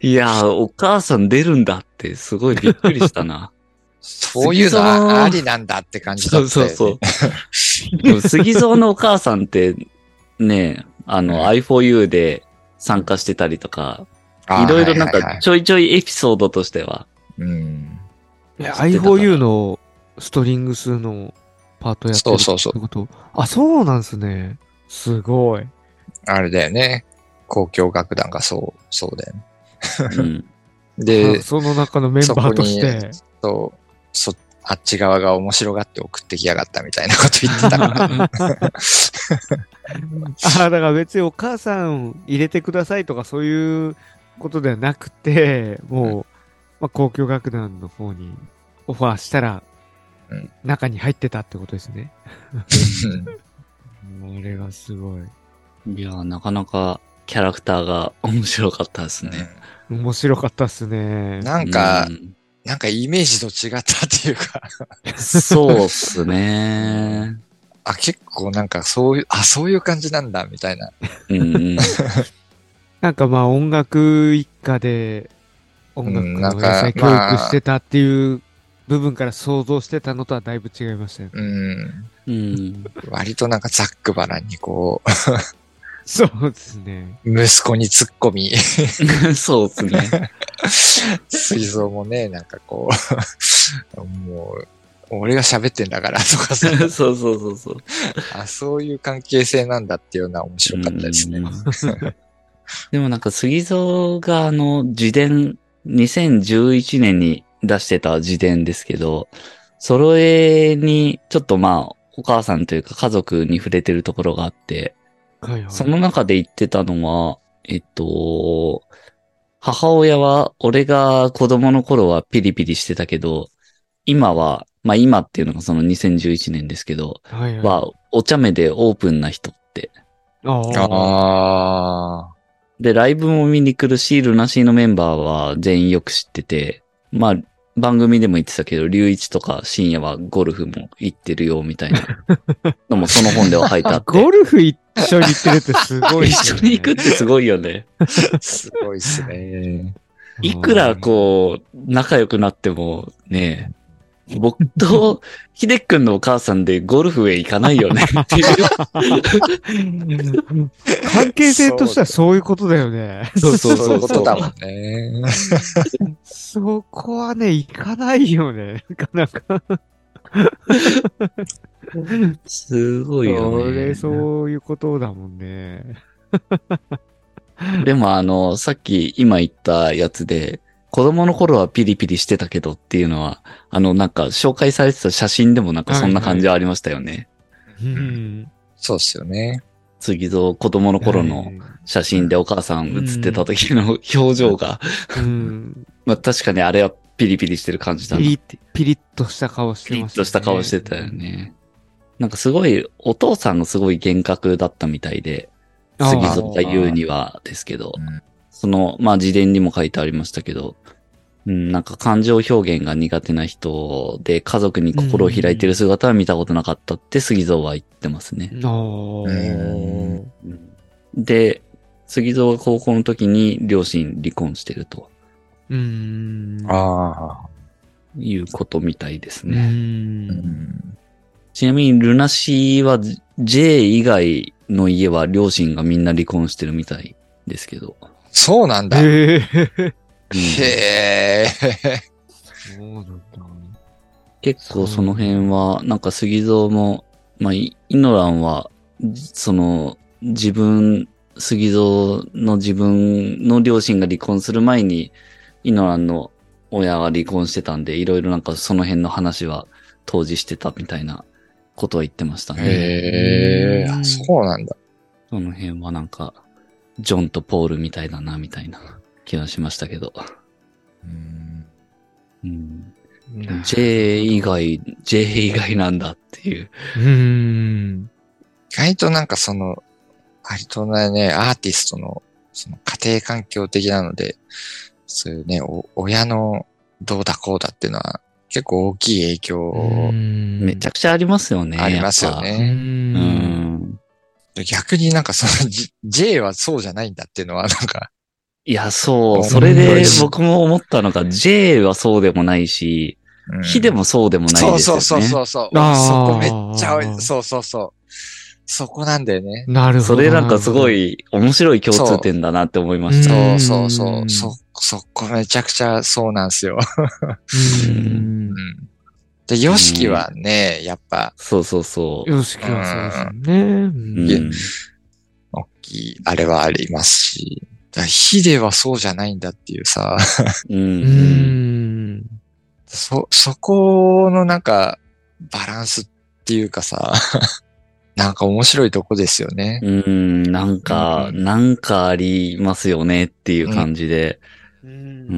[SPEAKER 1] いやー、お母さん出るんだって、すごいびっくりしたな。
[SPEAKER 2] そういうのはありなんだって感じだ
[SPEAKER 1] そ
[SPEAKER 2] っ
[SPEAKER 1] う
[SPEAKER 2] たよ
[SPEAKER 1] そう
[SPEAKER 2] ね。
[SPEAKER 1] そう。 *laughs* でも杉蔵のお母さんって、ね、あの、i4u で参加してたりとか、
[SPEAKER 2] あー
[SPEAKER 1] いろいろなん
[SPEAKER 2] はいはいは
[SPEAKER 1] か
[SPEAKER 2] い
[SPEAKER 1] ちょいちょいエピソードとして
[SPEAKER 2] *laughs*
[SPEAKER 1] は、
[SPEAKER 2] うん。
[SPEAKER 3] いや、
[SPEAKER 1] 知ってたから
[SPEAKER 3] i4u のストリングスのパートやってるってこと
[SPEAKER 2] そうそう
[SPEAKER 3] あ、そうなんですね。すごい。
[SPEAKER 2] あれだよね。交響楽団がそう、そうだよね。
[SPEAKER 1] うん。
[SPEAKER 2] で
[SPEAKER 3] あ、その中のメンバーとして。
[SPEAKER 2] そう、そ、あっち側が面白がって送ってきやがったみたいなこと言ってた *laughs* から。
[SPEAKER 3] ああ、だから別にお母さん入れてくださいとかそういうことではなくて、もう、まあ、公共楽団の方にオファーしたら
[SPEAKER 2] うん、
[SPEAKER 3] 中に入ってたってことですね。
[SPEAKER 2] うん
[SPEAKER 3] これがすごい。
[SPEAKER 1] いやー、なかなかキャラクターが面白かったですね。
[SPEAKER 3] 面白かったっすね。
[SPEAKER 2] なんか
[SPEAKER 1] う、ん
[SPEAKER 2] なんかイメージと違ったっていうか、 *laughs*
[SPEAKER 1] そうっすね。
[SPEAKER 2] あ、結構なんかそういう、あ、そういう感じなんだ、みたいな。
[SPEAKER 1] うんうん。
[SPEAKER 3] なんかまあ音楽一家で音楽
[SPEAKER 2] うん
[SPEAKER 3] の
[SPEAKER 2] なん
[SPEAKER 3] 野
[SPEAKER 2] か
[SPEAKER 3] 菜教育してたっていう部分から想像してたのとはだいぶ違いましたよね。
[SPEAKER 2] うん。
[SPEAKER 1] うん。
[SPEAKER 2] *laughs* 割となんかざっくばらんにこ
[SPEAKER 3] そうですね。
[SPEAKER 2] う、息子に突っ込み、
[SPEAKER 1] そうっすね。
[SPEAKER 2] *laughs*
[SPEAKER 1] *laughs*
[SPEAKER 2] 水槽もね、なんかこう、 *laughs* もう、俺が喋ってんだからとかさ、
[SPEAKER 1] そうそうそうそう。
[SPEAKER 2] あ、そういう関係性なんだっていうのは面白かったですね *laughs*
[SPEAKER 1] う。んでもなんか杉蔵があの自伝、2011年に出してた自伝ですけど、それにちょっとまあお母さんというか家族に触れてるところがあって、
[SPEAKER 3] はいはい。
[SPEAKER 1] その中で言ってたのは、えっと、母親は俺が子供の頃はピリピリしてたけど、今は、まあ今っていうのがその2011年ですけど、
[SPEAKER 3] はいはい。
[SPEAKER 1] はお茶目でオープンな人って
[SPEAKER 3] ああ。
[SPEAKER 2] ああ。
[SPEAKER 1] で、ライブも見に来るし、ルナシーのメンバーは全員よく知ってて、まあ、番組でも言ってたけど、龍一とか深夜はゴルフも行ってるよ、みたい
[SPEAKER 3] *laughs*
[SPEAKER 1] なのもその本では書いてあって。
[SPEAKER 3] ゴルフ一緒に行ってるってすごいっす
[SPEAKER 1] 一
[SPEAKER 3] よ
[SPEAKER 1] 緒
[SPEAKER 3] ね、
[SPEAKER 1] に行くってすごいよね。
[SPEAKER 2] すごいですね。
[SPEAKER 1] いくらこう、仲良くなっても、ね僕と、ひでっくんのお母さんでゴルフへ行かないよねっていう。
[SPEAKER 3] うん関係性としてはそういうことだよね。
[SPEAKER 1] そうそう
[SPEAKER 2] そう
[SPEAKER 1] そ
[SPEAKER 2] いう
[SPEAKER 1] う
[SPEAKER 2] こ
[SPEAKER 1] そ
[SPEAKER 2] と
[SPEAKER 1] う。
[SPEAKER 2] だもんね。
[SPEAKER 3] そこはね、行かないよね。なかなか。
[SPEAKER 1] *laughs* すご
[SPEAKER 3] そ
[SPEAKER 1] いよね。
[SPEAKER 3] れ、そういうことだもんね。 *laughs*
[SPEAKER 1] でもあの、さっき今言ったやつで、子供の頃はピリピリしてたけどっていうのは、あの、なんか紹介されてた写真でもなんかそんな感じはありましたよね。
[SPEAKER 3] うん。
[SPEAKER 2] そうっすよね。
[SPEAKER 1] 次ぞ子供の頃
[SPEAKER 3] は
[SPEAKER 1] の
[SPEAKER 3] い
[SPEAKER 1] 写真でお母さん写ってた時の表情が、
[SPEAKER 3] うん。
[SPEAKER 1] まあ確かにあれはピリピリしてる感じだ
[SPEAKER 3] ピ
[SPEAKER 1] な。
[SPEAKER 3] リッ、ピリッとした顔して
[SPEAKER 1] ピリ
[SPEAKER 3] ま
[SPEAKER 1] ッ
[SPEAKER 3] した、ね。
[SPEAKER 1] とした顔してたよ。ね。なんかすごい、お父さんがすごい厳格だったみたいで、
[SPEAKER 3] ああ
[SPEAKER 1] 杉蔵が言うにはですけど
[SPEAKER 2] うん、
[SPEAKER 1] その、まあ自伝にも書いてありましたけど、うん、なんか感情表現が苦手な人で家族に心を開いてる姿は見たことなかったって杉蔵は言ってますね。
[SPEAKER 3] あー
[SPEAKER 2] うん
[SPEAKER 1] で、杉蔵が高校の時に両親離婚してると
[SPEAKER 3] うん。
[SPEAKER 2] ああ。
[SPEAKER 1] いうことみたいです
[SPEAKER 3] う。
[SPEAKER 1] ね。
[SPEAKER 2] うんん。
[SPEAKER 1] ちなみにルナシーは J 以外の家は両親がみんな離婚してるみたいですけど。
[SPEAKER 2] そうなんだ。へ
[SPEAKER 3] へえ。
[SPEAKER 1] うん
[SPEAKER 2] え。
[SPEAKER 3] そうなんだ。
[SPEAKER 1] 結構その辺は、なんか杉蔵も、まあ、イイノランは、その、自分、杉蔵の自分の両親が離婚する前に、イノランの親が離婚してたんで、いろいろなんかその辺の話は当時してたみたいなことは言ってましたね。
[SPEAKER 2] へえ。
[SPEAKER 3] うん
[SPEAKER 2] あそうなんだ。
[SPEAKER 1] その辺はなんか、ジョンとポールみたいだな、みたいな気がしましたけど。
[SPEAKER 2] うん
[SPEAKER 1] うん、J 以外、J 以外なんだっていう。
[SPEAKER 3] うん。
[SPEAKER 2] 意外となんかその、割とね、アーティストの、その家庭環境的なので、そういうね、お親のどうだこうだっていうのは、結構大きい影響
[SPEAKER 1] め
[SPEAKER 4] め
[SPEAKER 1] ちゃくちゃありますよね。
[SPEAKER 2] ありますよ
[SPEAKER 1] やっ
[SPEAKER 4] ゃ
[SPEAKER 2] ね。
[SPEAKER 1] ぱ。うん。
[SPEAKER 2] 逆になんかその J- J はそうじゃないんだっていうのは *laughs* なんか、
[SPEAKER 1] いや、そう。それ
[SPEAKER 2] 面白
[SPEAKER 1] で
[SPEAKER 2] いし
[SPEAKER 1] 僕も思ったのが、J はそうでもないし、
[SPEAKER 2] うん
[SPEAKER 1] 火でもそうでもないですよ
[SPEAKER 2] そう
[SPEAKER 1] ね。
[SPEAKER 2] そうそうそうそう。
[SPEAKER 3] あー
[SPEAKER 2] そこめっちゃ、そうそうそう。そこなんだよね。
[SPEAKER 3] なるほど。
[SPEAKER 1] それなんかすご
[SPEAKER 3] い。
[SPEAKER 1] い面白い共通点だなって思いました。
[SPEAKER 2] そううんそうそう。そ、そこめちゃくちゃそうなんですよ。
[SPEAKER 3] うん。
[SPEAKER 2] うんで、ヨシキはね、やっぱ、
[SPEAKER 1] そうそうそう。
[SPEAKER 3] よし、きはそうですよね。うん
[SPEAKER 2] いえ
[SPEAKER 1] うん
[SPEAKER 2] 大きい、あれはありますし。だからヒデはそうじゃないんだっていうさ、 *laughs*
[SPEAKER 1] う。
[SPEAKER 3] うんん。
[SPEAKER 2] そ、そこのなんか、バランスっていうかさ、 *laughs* なんか面白いとこですよね。
[SPEAKER 1] うん。なんか、
[SPEAKER 2] うん
[SPEAKER 1] なんかありますよねっていう感じで。
[SPEAKER 3] う。
[SPEAKER 1] うん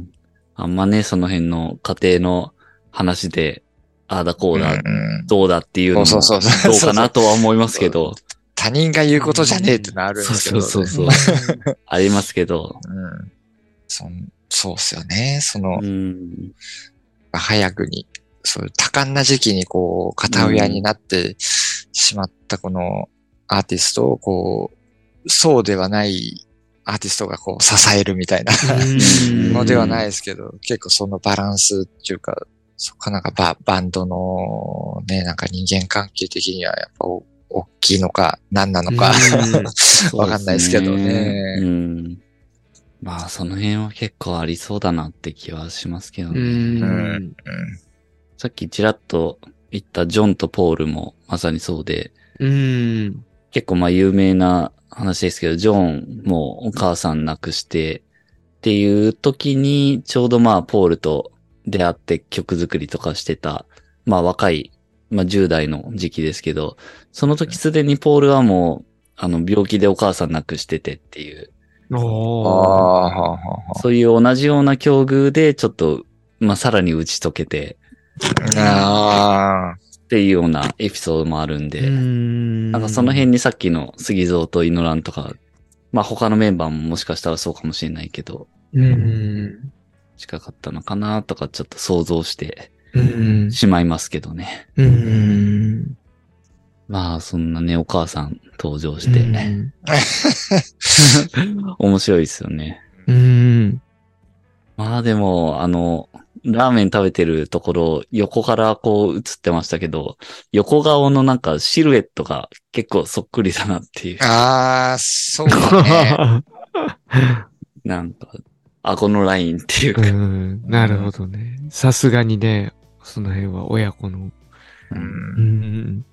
[SPEAKER 1] ん。あんまね、その辺の家庭の話で、ああだこうだ、
[SPEAKER 2] ん
[SPEAKER 1] どうだっていうの
[SPEAKER 2] う
[SPEAKER 1] も
[SPEAKER 2] ん。そうそうそう。
[SPEAKER 1] どうかなとは思いますけど、
[SPEAKER 2] 他人が言うことじゃねえってのあるんですけど、ね。
[SPEAKER 1] そうそうそうありますけど。
[SPEAKER 2] うん。そんそうっすよね。その、
[SPEAKER 1] うん。
[SPEAKER 2] 早くに、そういう多感な時期にこう、片親になってしまったこのアーティストをこう、そうではないアーティストがこう支えるみたいな
[SPEAKER 1] うん
[SPEAKER 2] のではない
[SPEAKER 1] い。
[SPEAKER 2] ですけど、結構そのバランスっていうか、そっかなんかババンドのね、なんか人間関係的にはやっぱお大きいのか何なの *laughs* か、わかんないですけどね
[SPEAKER 1] うん。まあ、その辺は結構ありそうだなって気はしますけど
[SPEAKER 3] う
[SPEAKER 1] ね。
[SPEAKER 3] ん。
[SPEAKER 1] さっきちらっと言ったジョンとポールもまさにそうで、
[SPEAKER 3] うん。
[SPEAKER 1] 結構まあ有名な話ですけど、ジョンもお母さん亡くしてっていう時に、ちょうどまあポールと出会って曲作りとかしてた、まあ若い、まあ10代の時期ですけど、その時すでにポールはもう、あの病気でお母さん亡くしててっていう、
[SPEAKER 2] あ
[SPEAKER 3] おー。
[SPEAKER 2] あ、はあはあ
[SPEAKER 1] そういう同じような境遇でちょっと、まあさらに打ち解けて
[SPEAKER 2] ああ、
[SPEAKER 1] っていうようなエピソードもあるんで、
[SPEAKER 3] うん。
[SPEAKER 1] なんかその辺にさっきの杉蔵とイノランとか、まあ他のメンバーももしかしたらそうかもしれないけど、
[SPEAKER 3] うん。
[SPEAKER 1] 近かったのかなとかちょっと想像して
[SPEAKER 3] うん。
[SPEAKER 1] しまいますけどね。
[SPEAKER 3] うん。
[SPEAKER 1] まあそんなね、お母さん登場して、
[SPEAKER 3] うん
[SPEAKER 1] 面白いですよね。
[SPEAKER 3] うん。
[SPEAKER 1] *laughs* まあでも、あの、ラーメン食べてるところ、横からこう映ってましたけど、横顔のなんかシルエットが結構そっくりだなっていう。
[SPEAKER 2] ああ、そうだね。
[SPEAKER 1] なんか、顎のラインっていう
[SPEAKER 3] う
[SPEAKER 1] か。
[SPEAKER 3] んなるほどね。さすがにね、その辺は親子の。
[SPEAKER 2] う
[SPEAKER 3] うんん。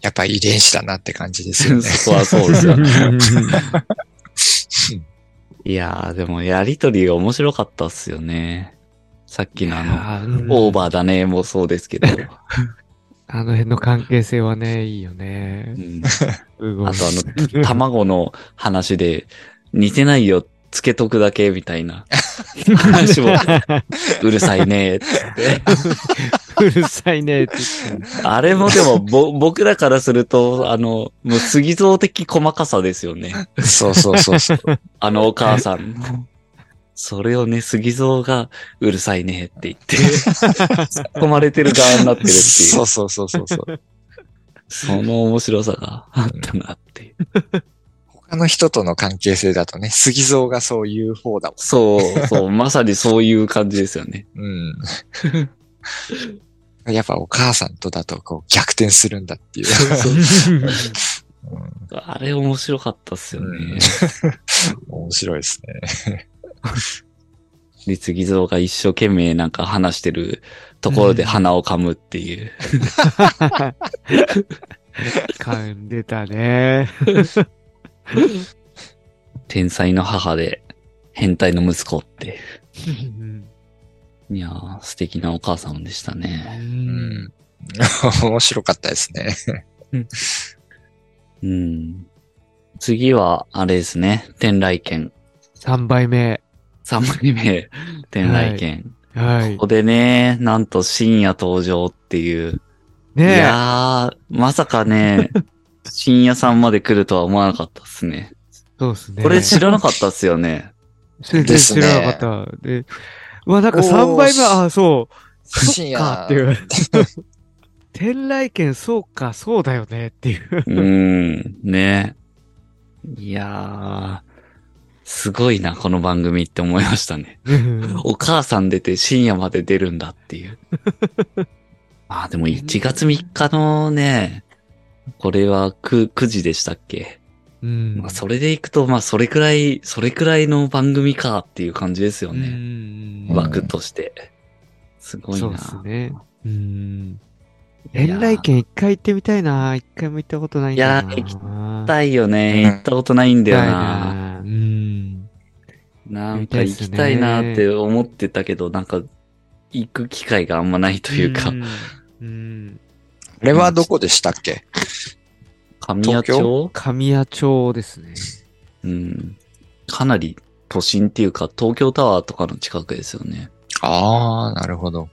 [SPEAKER 2] やっぱ遺伝子だなって感じですよね。
[SPEAKER 1] *laughs* そこはそうですよね。
[SPEAKER 3] *laughs*
[SPEAKER 2] うん
[SPEAKER 1] いやー、でもやりとりが面白かったっすよね。さっきのあの、オー
[SPEAKER 3] ー。
[SPEAKER 1] バーだねもそうですけど。
[SPEAKER 3] あの辺の関係性はね、いいよね
[SPEAKER 1] う。ん
[SPEAKER 3] すごい
[SPEAKER 1] あとあ
[SPEAKER 3] *laughs*
[SPEAKER 1] の、卵の話で、似てないよ、つけとくだけみたいな話も、うるさいねってって。
[SPEAKER 3] うるさいねって言って
[SPEAKER 1] あれもでも、ぼ、僕らからすると、あの、もう杉蔵的細かさですよね。
[SPEAKER 2] そうそうそうそう。
[SPEAKER 1] あのお母さんの。それをね、杉蔵がうるさいねって言って、突っ込まれてる側になってるっていう。
[SPEAKER 2] *laughs* そうそうそうそうそう。
[SPEAKER 1] その面白さがあったなっていう。
[SPEAKER 2] 他の人との関係性だとね、杉蔵がそういう方だも
[SPEAKER 1] そう、 *laughs* そう、まさにそういう感じですよね。
[SPEAKER 2] ん。うん。やっぱお母さんとだとこう逆転するんだっていう。うん
[SPEAKER 1] あれ面白かったっすよね。
[SPEAKER 2] 面白いですね。
[SPEAKER 1] で、次蔵が一生懸命なんか話してるところで鼻を噛むっていう。
[SPEAKER 3] 噛んでたね。
[SPEAKER 1] 天才の母で変態の息子って。いやー、素敵なお母さんでしたね。
[SPEAKER 2] うん。面白かったですね。
[SPEAKER 1] うん。次は、あれですね。天来剣。
[SPEAKER 3] 3倍目。
[SPEAKER 1] 3枚目、天来剣。
[SPEAKER 3] はい
[SPEAKER 1] こ。こでね、なんと深夜登場っていう。い
[SPEAKER 3] ね
[SPEAKER 1] やー、まさか
[SPEAKER 3] *laughs*
[SPEAKER 1] ね、深夜さんまで来るとは思わなかったっすね。
[SPEAKER 3] そうですね。
[SPEAKER 1] これ知らなかったっすよ
[SPEAKER 3] *laughs*
[SPEAKER 1] ね。
[SPEAKER 3] 全然知らなかった。で、うわ、なんか
[SPEAKER 2] おー
[SPEAKER 3] 3倍目、あ、そう。そ
[SPEAKER 2] 深
[SPEAKER 3] っ
[SPEAKER 2] 夜
[SPEAKER 3] かっていう。 *laughs* 天来軒、そうか、そうだよねっ
[SPEAKER 1] *laughs*
[SPEAKER 3] ていう。
[SPEAKER 1] うーん、ねいやー、すごいな、この番組って思いましたね。お母さん出て深夜まで出るんだって
[SPEAKER 3] *laughs*
[SPEAKER 1] いう。あー、でも1月3日のね、これは 9, 9時でしたっけ、
[SPEAKER 3] うん
[SPEAKER 1] まあ、それで行くと、まあ、それくらい、それくらいの番組かっていう感じですよね。
[SPEAKER 2] うん
[SPEAKER 3] ね。
[SPEAKER 1] 枠として。すごい
[SPEAKER 3] そう
[SPEAKER 1] な。
[SPEAKER 3] ですね。うん。
[SPEAKER 1] いや
[SPEAKER 3] 天来軒一回行ってみたいな。一回も行ったことないんだよな。
[SPEAKER 1] いやー行き行き
[SPEAKER 3] い
[SPEAKER 1] たいよね。
[SPEAKER 2] うん
[SPEAKER 1] 行ったことないんだよな。
[SPEAKER 3] な。うん。
[SPEAKER 1] なんか行きたいなーって思ってたけど、なんか行く機会があんまないというか、
[SPEAKER 3] ん。うん。
[SPEAKER 2] あれはどこでしたっけ
[SPEAKER 1] 神谷
[SPEAKER 2] 東
[SPEAKER 1] 町
[SPEAKER 3] 神谷町ですね。
[SPEAKER 1] うん。かなり都心っていうか、東京タワーとかの近くですよね。
[SPEAKER 2] ああ、なるほど。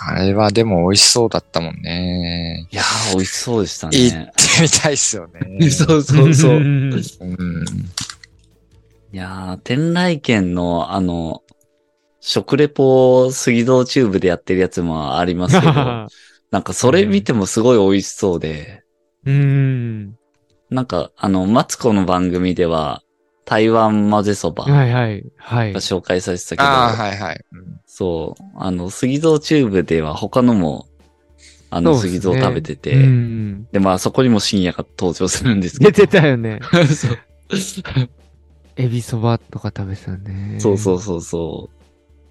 [SPEAKER 2] あれはでも美味しそうだったもんね。
[SPEAKER 1] いやー、美味しそうでした
[SPEAKER 2] 行っ
[SPEAKER 1] ね。
[SPEAKER 2] てみたいっすよね。
[SPEAKER 1] そうそう
[SPEAKER 3] *laughs*
[SPEAKER 1] そう。 *laughs* い
[SPEAKER 3] ん
[SPEAKER 2] うん。
[SPEAKER 1] やー、天来県のあの、食レポを水道チューブでやってるやつもありますけ
[SPEAKER 3] *laughs*
[SPEAKER 1] ど、なんかそれ見てもすごい美味しそうで、
[SPEAKER 3] うん。
[SPEAKER 1] なんか、あの、マツコの番組では、台湾混ぜそばが
[SPEAKER 3] はいはい。はい。
[SPEAKER 1] 紹介させてたけど、
[SPEAKER 2] ああ、はいはい。うん
[SPEAKER 1] そう、あの、杉蔵チューブでは他のも、あの、
[SPEAKER 3] そうですね
[SPEAKER 1] 杉蔵食べてて、
[SPEAKER 3] うん
[SPEAKER 1] で、まあ、そこにも深夜が登場するんですけど
[SPEAKER 3] 出、てたよね。
[SPEAKER 1] そう
[SPEAKER 3] エビそばとか食べてたね。
[SPEAKER 1] *laughs* そうそうそうそ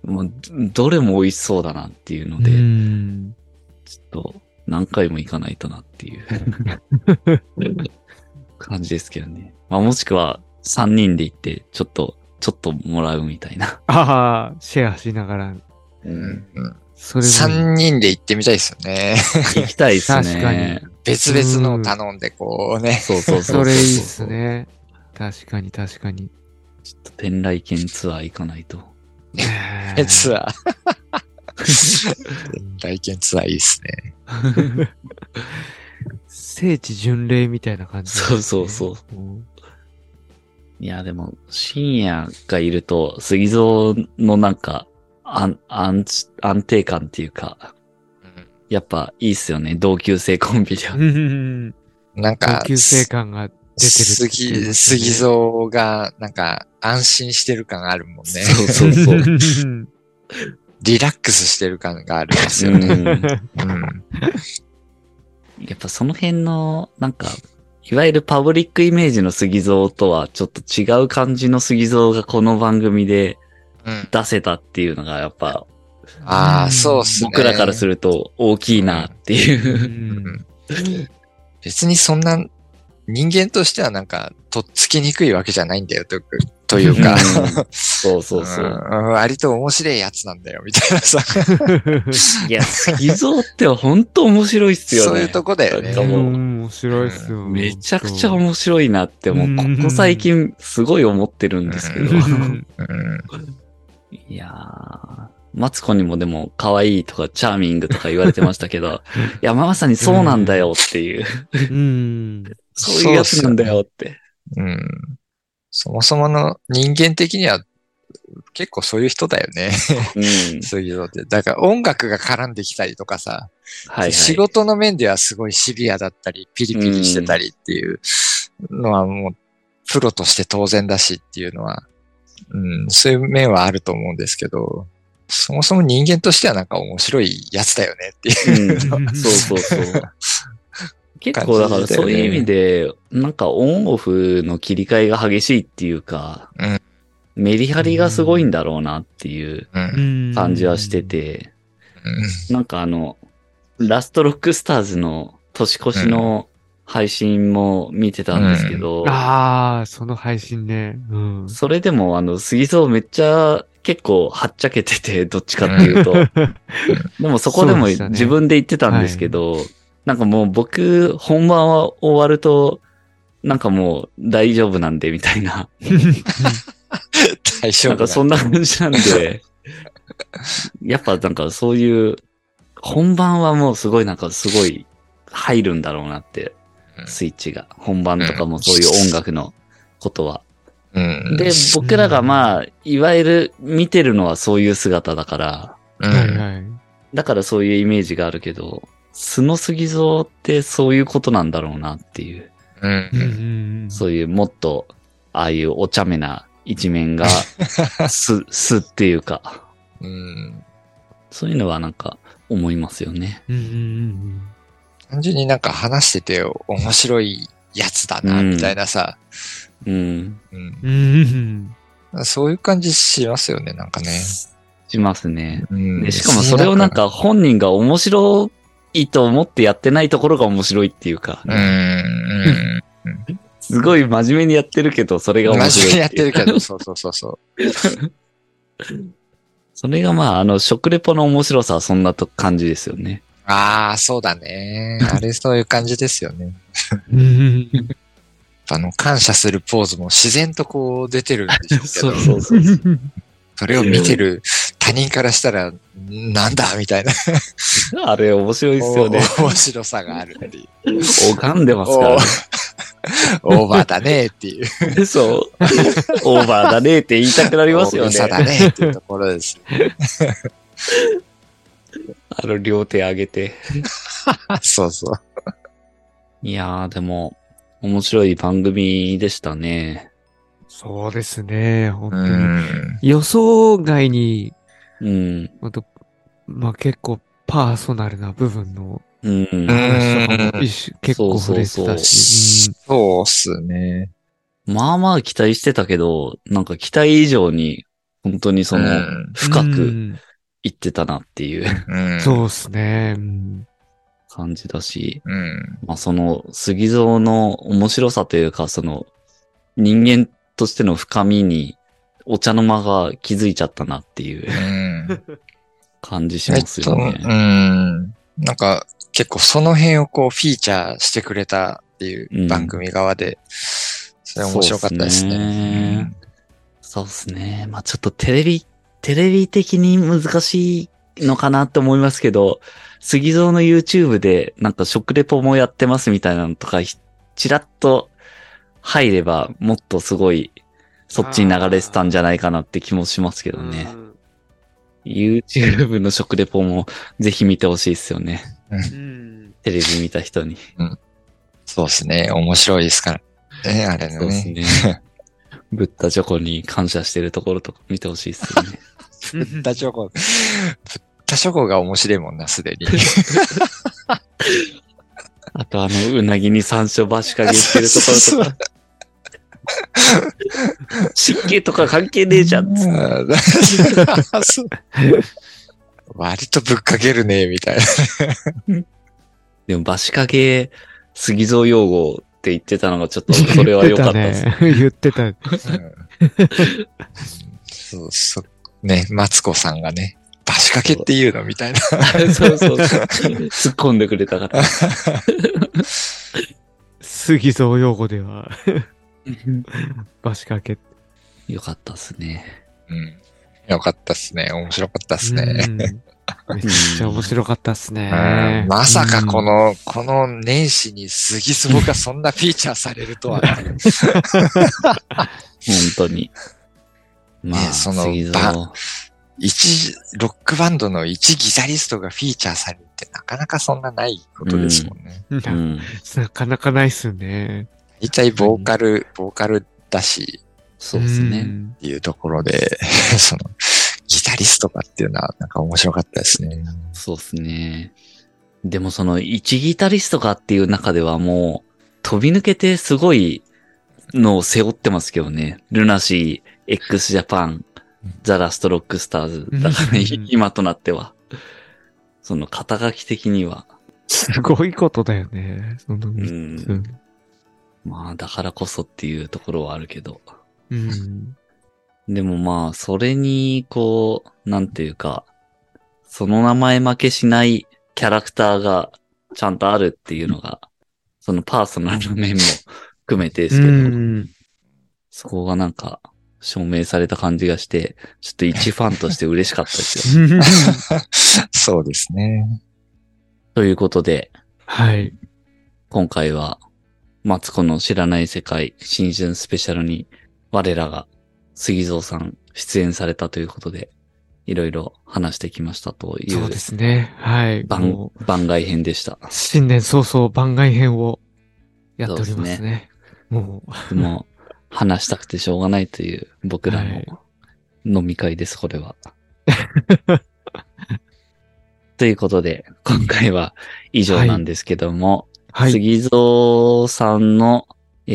[SPEAKER 1] う。もう、どれも美味しそうだなっていうので、
[SPEAKER 3] うん。
[SPEAKER 1] ちょっと、何回も行かないとなっていう *laughs* 感じですけどね。まあ、もしくは、3人で行って、ちょっと、ちょっともらうみたいな。
[SPEAKER 3] ああ、シェアしながら。
[SPEAKER 2] うんうん
[SPEAKER 3] それも
[SPEAKER 2] 三人で行ってみたいっすよね。 *laughs*
[SPEAKER 1] 行きたいっすね。
[SPEAKER 3] 確かに
[SPEAKER 2] 別々のを頼んでこうね。
[SPEAKER 1] そうそうそう
[SPEAKER 3] それいいっす
[SPEAKER 1] ね。
[SPEAKER 3] ね。確かに確か
[SPEAKER 1] *laughs*
[SPEAKER 3] に。
[SPEAKER 1] ちょっと天来県ツアー行かないと。
[SPEAKER 3] ねえ
[SPEAKER 2] え、ツア *laughs* ー。来県ツアーいいっすね。
[SPEAKER 3] 聖地巡礼みたいな感じだね、
[SPEAKER 1] そうそうそう
[SPEAKER 3] うん。
[SPEAKER 1] いや、でも、深夜がいると、杉蔵のなんか、安、安置、安定感っていうか、やっぱいいっすよね。同級生コンビでは。
[SPEAKER 3] うん。
[SPEAKER 2] なんか
[SPEAKER 3] 高、級生感が出てるって言って
[SPEAKER 2] 杉、
[SPEAKER 3] ますね
[SPEAKER 2] 杉蔵が、なんか、安心してる感があるもんね。
[SPEAKER 1] そうそう
[SPEAKER 3] *laughs*
[SPEAKER 1] そう。
[SPEAKER 3] うん
[SPEAKER 2] リラックスしてる感があるんですよ
[SPEAKER 1] う
[SPEAKER 2] ね。
[SPEAKER 1] ん
[SPEAKER 2] うん。
[SPEAKER 1] やっぱその辺の、なんか、いわゆるパブリックイメージの杉蔵とはちょっと違う感じの杉蔵がこの番組で
[SPEAKER 2] うん。
[SPEAKER 1] 出せたっていうのがやっぱ
[SPEAKER 2] ああ、そうっすね。
[SPEAKER 1] 僕らからすると大きいなっていうう。
[SPEAKER 3] ん
[SPEAKER 2] 別にそんな、人間としてはなんか、とっつきにくいわけじゃないんだよ、とというか。
[SPEAKER 1] うん *laughs* そうそうそうう。
[SPEAKER 2] んうん割と面白いやつなんだよ、みたい
[SPEAKER 1] *laughs*
[SPEAKER 2] なさ。
[SPEAKER 1] いや、偽造って本当面白いっすよね。
[SPEAKER 2] そういうとこだよ
[SPEAKER 1] な
[SPEAKER 2] ね
[SPEAKER 1] んか。もう
[SPEAKER 3] うん面白いっすよ。
[SPEAKER 1] めちゃくちゃ面白いなって、も
[SPEAKER 3] う
[SPEAKER 1] う、
[SPEAKER 3] ん
[SPEAKER 1] ここ最近すごい思ってるんですけど。
[SPEAKER 3] うん
[SPEAKER 2] うん
[SPEAKER 1] *laughs* いやー、マツコにもでも、可愛いとか、チャーミングとか言われてましたけど、いや、まさにそうなんだよっていう、
[SPEAKER 3] うん。
[SPEAKER 1] そういうやつなんだよって。
[SPEAKER 2] うん。そもそもの人間的には結構そういう人だよ
[SPEAKER 1] *laughs*
[SPEAKER 2] ね。
[SPEAKER 1] うん。
[SPEAKER 2] そういうのって。だから音楽が絡んできたりとかさ、
[SPEAKER 1] はい、はい。
[SPEAKER 2] 仕事の面ではすごいシビアだったり、ピリピリしてたりっていうのはもう、プロとして当然だしっていうのは、うん、そういう面はあると思うんですけど、そもそも人間としてはなんか面白いやつだよねっていう。
[SPEAKER 1] うんそうそうそう。結構だからそういう意味で、なんかオンオフの切り替えが激しいっていうか、
[SPEAKER 2] うん
[SPEAKER 1] メリハリがすごいんだろうなっていう
[SPEAKER 2] *laughs* うん
[SPEAKER 3] うん
[SPEAKER 1] 感じはして。て、
[SPEAKER 2] うん
[SPEAKER 1] なんかあの、ラストロックスターズの年越しの配信も見てたんですけど、
[SPEAKER 3] ああ、その配信ね。うん。
[SPEAKER 1] それでもあの、杉蔵めっちゃ結構はっちゃけて *laughs* て、どっちかっていうと、でもそこで
[SPEAKER 3] そう
[SPEAKER 1] も
[SPEAKER 3] でしたね
[SPEAKER 1] 自分で言ってたんですけど、なんかもう僕、本番は終わると、なんかもう大丈夫なんで、みたいな。
[SPEAKER 2] 大丈
[SPEAKER 1] な
[SPEAKER 2] 夫
[SPEAKER 1] んかそんな感じなん
[SPEAKER 2] *laughs*
[SPEAKER 1] で、やっぱなんかそういう、本番はもうすごいなんかすごい入るんだろうなって、スイッチが。本番とかもそういう音楽のことは。
[SPEAKER 2] うん
[SPEAKER 1] で、僕らがまあ、いわゆる見てるのはそういう姿だから、
[SPEAKER 2] う
[SPEAKER 3] はい
[SPEAKER 2] ん
[SPEAKER 3] はい。
[SPEAKER 1] だからそういうイメージがあるけど、素の杉蔵ってそういうことなんだろうなっていう、
[SPEAKER 2] うん
[SPEAKER 3] うんう
[SPEAKER 2] うん
[SPEAKER 3] ん
[SPEAKER 1] そういうもっと、ああいうお茶目な一面が、
[SPEAKER 2] *laughs*
[SPEAKER 1] 素、素っていうか、
[SPEAKER 2] うん
[SPEAKER 1] そういうのはなんか思いますよね。
[SPEAKER 3] うんうん
[SPEAKER 2] 単純になんか話してて面白いやつだな、
[SPEAKER 1] うん
[SPEAKER 2] みたいなさ、
[SPEAKER 1] うん。
[SPEAKER 2] うん
[SPEAKER 3] うんうんうん
[SPEAKER 2] そういう感じしますよね、なんかね。
[SPEAKER 1] しますね。
[SPEAKER 2] うん
[SPEAKER 1] でしかもそれをなん、か本人が面白いと思ってやってないところが面白いっていうか、
[SPEAKER 2] うん、うん。
[SPEAKER 1] すごい真面目にやってるけど、それが面
[SPEAKER 2] 真面
[SPEAKER 1] 白
[SPEAKER 2] 目に
[SPEAKER 1] い
[SPEAKER 2] や
[SPEAKER 1] っ
[SPEAKER 2] って
[SPEAKER 1] い
[SPEAKER 2] て
[SPEAKER 1] う。
[SPEAKER 2] るけど、 *laughs* そうそうそうそう。
[SPEAKER 1] それがまあ、あの、食レポの面白さはそんなと感じですよね。
[SPEAKER 2] ああ、そうだね。あれ、そういう感じですよね。
[SPEAKER 3] うんうんうん
[SPEAKER 2] あの、感謝するポーズも自然とこう出てるんでしょうけど、
[SPEAKER 1] そ
[SPEAKER 2] *laughs* そう
[SPEAKER 1] そうそう。
[SPEAKER 2] れを見てる他人からしたら、なんだみたいな、
[SPEAKER 1] *laughs* あれ面白いですよね。
[SPEAKER 2] *laughs* 面白さがあるっていう。
[SPEAKER 1] 拝んでますから、
[SPEAKER 2] オーバーだねっていう。
[SPEAKER 1] ね。そう。オーバーだねって言いたくなりますよ
[SPEAKER 2] 大
[SPEAKER 1] ね
[SPEAKER 2] げ。さだねっていうところ *laughs* です。
[SPEAKER 1] あの、両手上げて。
[SPEAKER 2] そうそう。
[SPEAKER 1] いやー、でも、面白い番組でしたね。
[SPEAKER 3] そうですね、本当
[SPEAKER 2] う
[SPEAKER 3] に。
[SPEAKER 2] ん。
[SPEAKER 3] 予想外に、
[SPEAKER 1] うん。
[SPEAKER 3] ほんとまあ結構パーソナルな部分の
[SPEAKER 1] うん。
[SPEAKER 3] 話とかも一緒結構触れてたし。
[SPEAKER 2] そうっすね。
[SPEAKER 1] まあまあ期待してたけど、なんか期待以上に、本当にその
[SPEAKER 2] う、
[SPEAKER 1] 深
[SPEAKER 3] う
[SPEAKER 1] く
[SPEAKER 3] ん
[SPEAKER 1] いってたなっていう *laughs*
[SPEAKER 2] うん。
[SPEAKER 3] そうですね。うん
[SPEAKER 1] 感じだし、
[SPEAKER 2] うん。
[SPEAKER 1] まあその、杉蔵の面白さというか、その、人間としての深みに、お茶の間が気づいちゃったなっていう *laughs*
[SPEAKER 2] うん。
[SPEAKER 1] 感じしますよ
[SPEAKER 2] えっ
[SPEAKER 1] ね
[SPEAKER 2] と、う。ん。なんか、結構その辺をこうフィーチャーしてくれたっていう番組側で、それ面白かったです
[SPEAKER 1] そうっす
[SPEAKER 2] ね
[SPEAKER 1] ね。そうですね。まあちょっとテレビ、テレビ的に難しいのかなって思いますけど、杉蔵の YouTube でなんか食レポもやってますみたいなのとか、ひちらっと入ればもっとすごい、そっちに流れてたんじゃないかなって気もしますけどね。YouTube の食レポもぜひ見てほしいですよね。
[SPEAKER 3] うん
[SPEAKER 1] テレビ見た人に。
[SPEAKER 2] そうですね。面白いですから。ね、あれ
[SPEAKER 1] そ
[SPEAKER 2] の
[SPEAKER 1] うです
[SPEAKER 2] ね。
[SPEAKER 1] ね。ブッダチョコに感謝してるところとか見てほしいですよね。
[SPEAKER 2] ブッダチョコ。ブッダチョコが面白いもんな、すでに。
[SPEAKER 1] あとあの、うなぎに山椒ばしかげしてるところとか、湿気とか関係ねえじゃん。
[SPEAKER 2] うんそう *laughs* 割とぶっかけるね、みた *laughs* いな。
[SPEAKER 1] でもばしかげ、杉蔵用語って言ってたのが
[SPEAKER 3] *laughs*
[SPEAKER 1] ちょっと、それは良かったです。ね、
[SPEAKER 3] 言ってたね。 *laughs* 言ってた。
[SPEAKER 2] うんそうそう。ね、マツコさんがね、バシかけっていうのみたいな。
[SPEAKER 1] そうそうそう。突っ込んでくれたから。
[SPEAKER 3] 杉蔵用語では、バシかけ。
[SPEAKER 1] よかったですね。
[SPEAKER 2] うん。よかったっすね。面白かったっす
[SPEAKER 3] う
[SPEAKER 2] ね。
[SPEAKER 3] んめっちゃ面白かったっす
[SPEAKER 2] う
[SPEAKER 3] ね
[SPEAKER 2] ん。まさかこ
[SPEAKER 3] うん、
[SPEAKER 2] の、この年始に杉壺がそんなフィーチャーされる *laughs* とはね、
[SPEAKER 1] 本当に。まあ、
[SPEAKER 2] ねその
[SPEAKER 1] 杉蔵。
[SPEAKER 2] 一、ロックバンドの一ギタリストがフィーチャーされるってなかなかそんなないことですもんね。
[SPEAKER 1] う。
[SPEAKER 3] なんなかなかないっすね。
[SPEAKER 2] 大体ボーカル、ボーカルだし
[SPEAKER 1] そうです
[SPEAKER 3] ん
[SPEAKER 1] ね。。
[SPEAKER 2] っていうところで、 *laughs* その、ギタリストかっていうのはなんか面白かったですね。 *laughs*
[SPEAKER 1] そうですね。でもその一ギタリストかっていう中ではもう飛び抜けてすごいのを背負ってますけどね。ルナシー、x ジャパン
[SPEAKER 2] うん、
[SPEAKER 1] ザ・ラスト・ロックスターズ。だからね
[SPEAKER 3] うん
[SPEAKER 1] 今となっては。その肩書き的には。
[SPEAKER 3] すごいことだよね。その
[SPEAKER 1] う
[SPEAKER 3] 三つ
[SPEAKER 1] ん。まあだからこそっていうところはあるけど。
[SPEAKER 3] うん。
[SPEAKER 1] でもまあ、それに、こう、なんていうか、その名前負けしないキャラクターがちゃんとあるっていうのが、そのパーソナルの面も含めてですけど、
[SPEAKER 3] うん
[SPEAKER 1] そこがなんか、証明された感じがして、ちょっと一ファンとして嬉しかったですよ。
[SPEAKER 2] そうですね。
[SPEAKER 1] ということで、
[SPEAKER 3] はい。
[SPEAKER 1] 今回は、マツコの知らない世界新春スペシャルに、我らが杉蔵さん出演されたということで、いろいろ話してきましたという
[SPEAKER 3] そうですね。はい。
[SPEAKER 1] 番
[SPEAKER 3] も
[SPEAKER 1] 番外編でした。
[SPEAKER 3] う、新年早々番外編をやっており
[SPEAKER 1] そう
[SPEAKER 3] ま
[SPEAKER 1] ですす
[SPEAKER 3] ね。もう、
[SPEAKER 1] でも、話したくてしょうがないという僕ら
[SPEAKER 3] は
[SPEAKER 1] の
[SPEAKER 3] い
[SPEAKER 1] 飲み会です、これは。 *laughs* ということで、今回は以上なんですけども、
[SPEAKER 3] はい。
[SPEAKER 1] 杉蔵さんの、え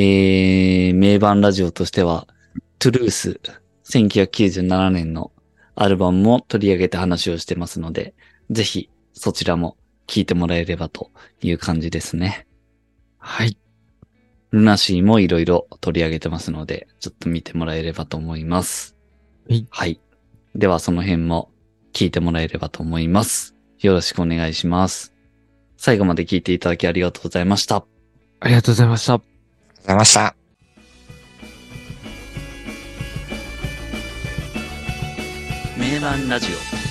[SPEAKER 1] ー、名盤ラジオとしては、トゥルース1997年のアルバムも取り上げて話をしてますので、ぜひそちらも聞いてもらえればという感じですね。
[SPEAKER 3] はい。
[SPEAKER 1] ルナシーもいろいろ取り上げてますので、ちょっと見てもらえればと思います。
[SPEAKER 3] はい。
[SPEAKER 1] ではその辺も聞いてもらえればと思います。よろしくお願いします。最後まで聞いていただきありがとうございました。
[SPEAKER 3] ありがとうございました。
[SPEAKER 2] りがとうございました。
[SPEAKER 1] 名盤ラジオ。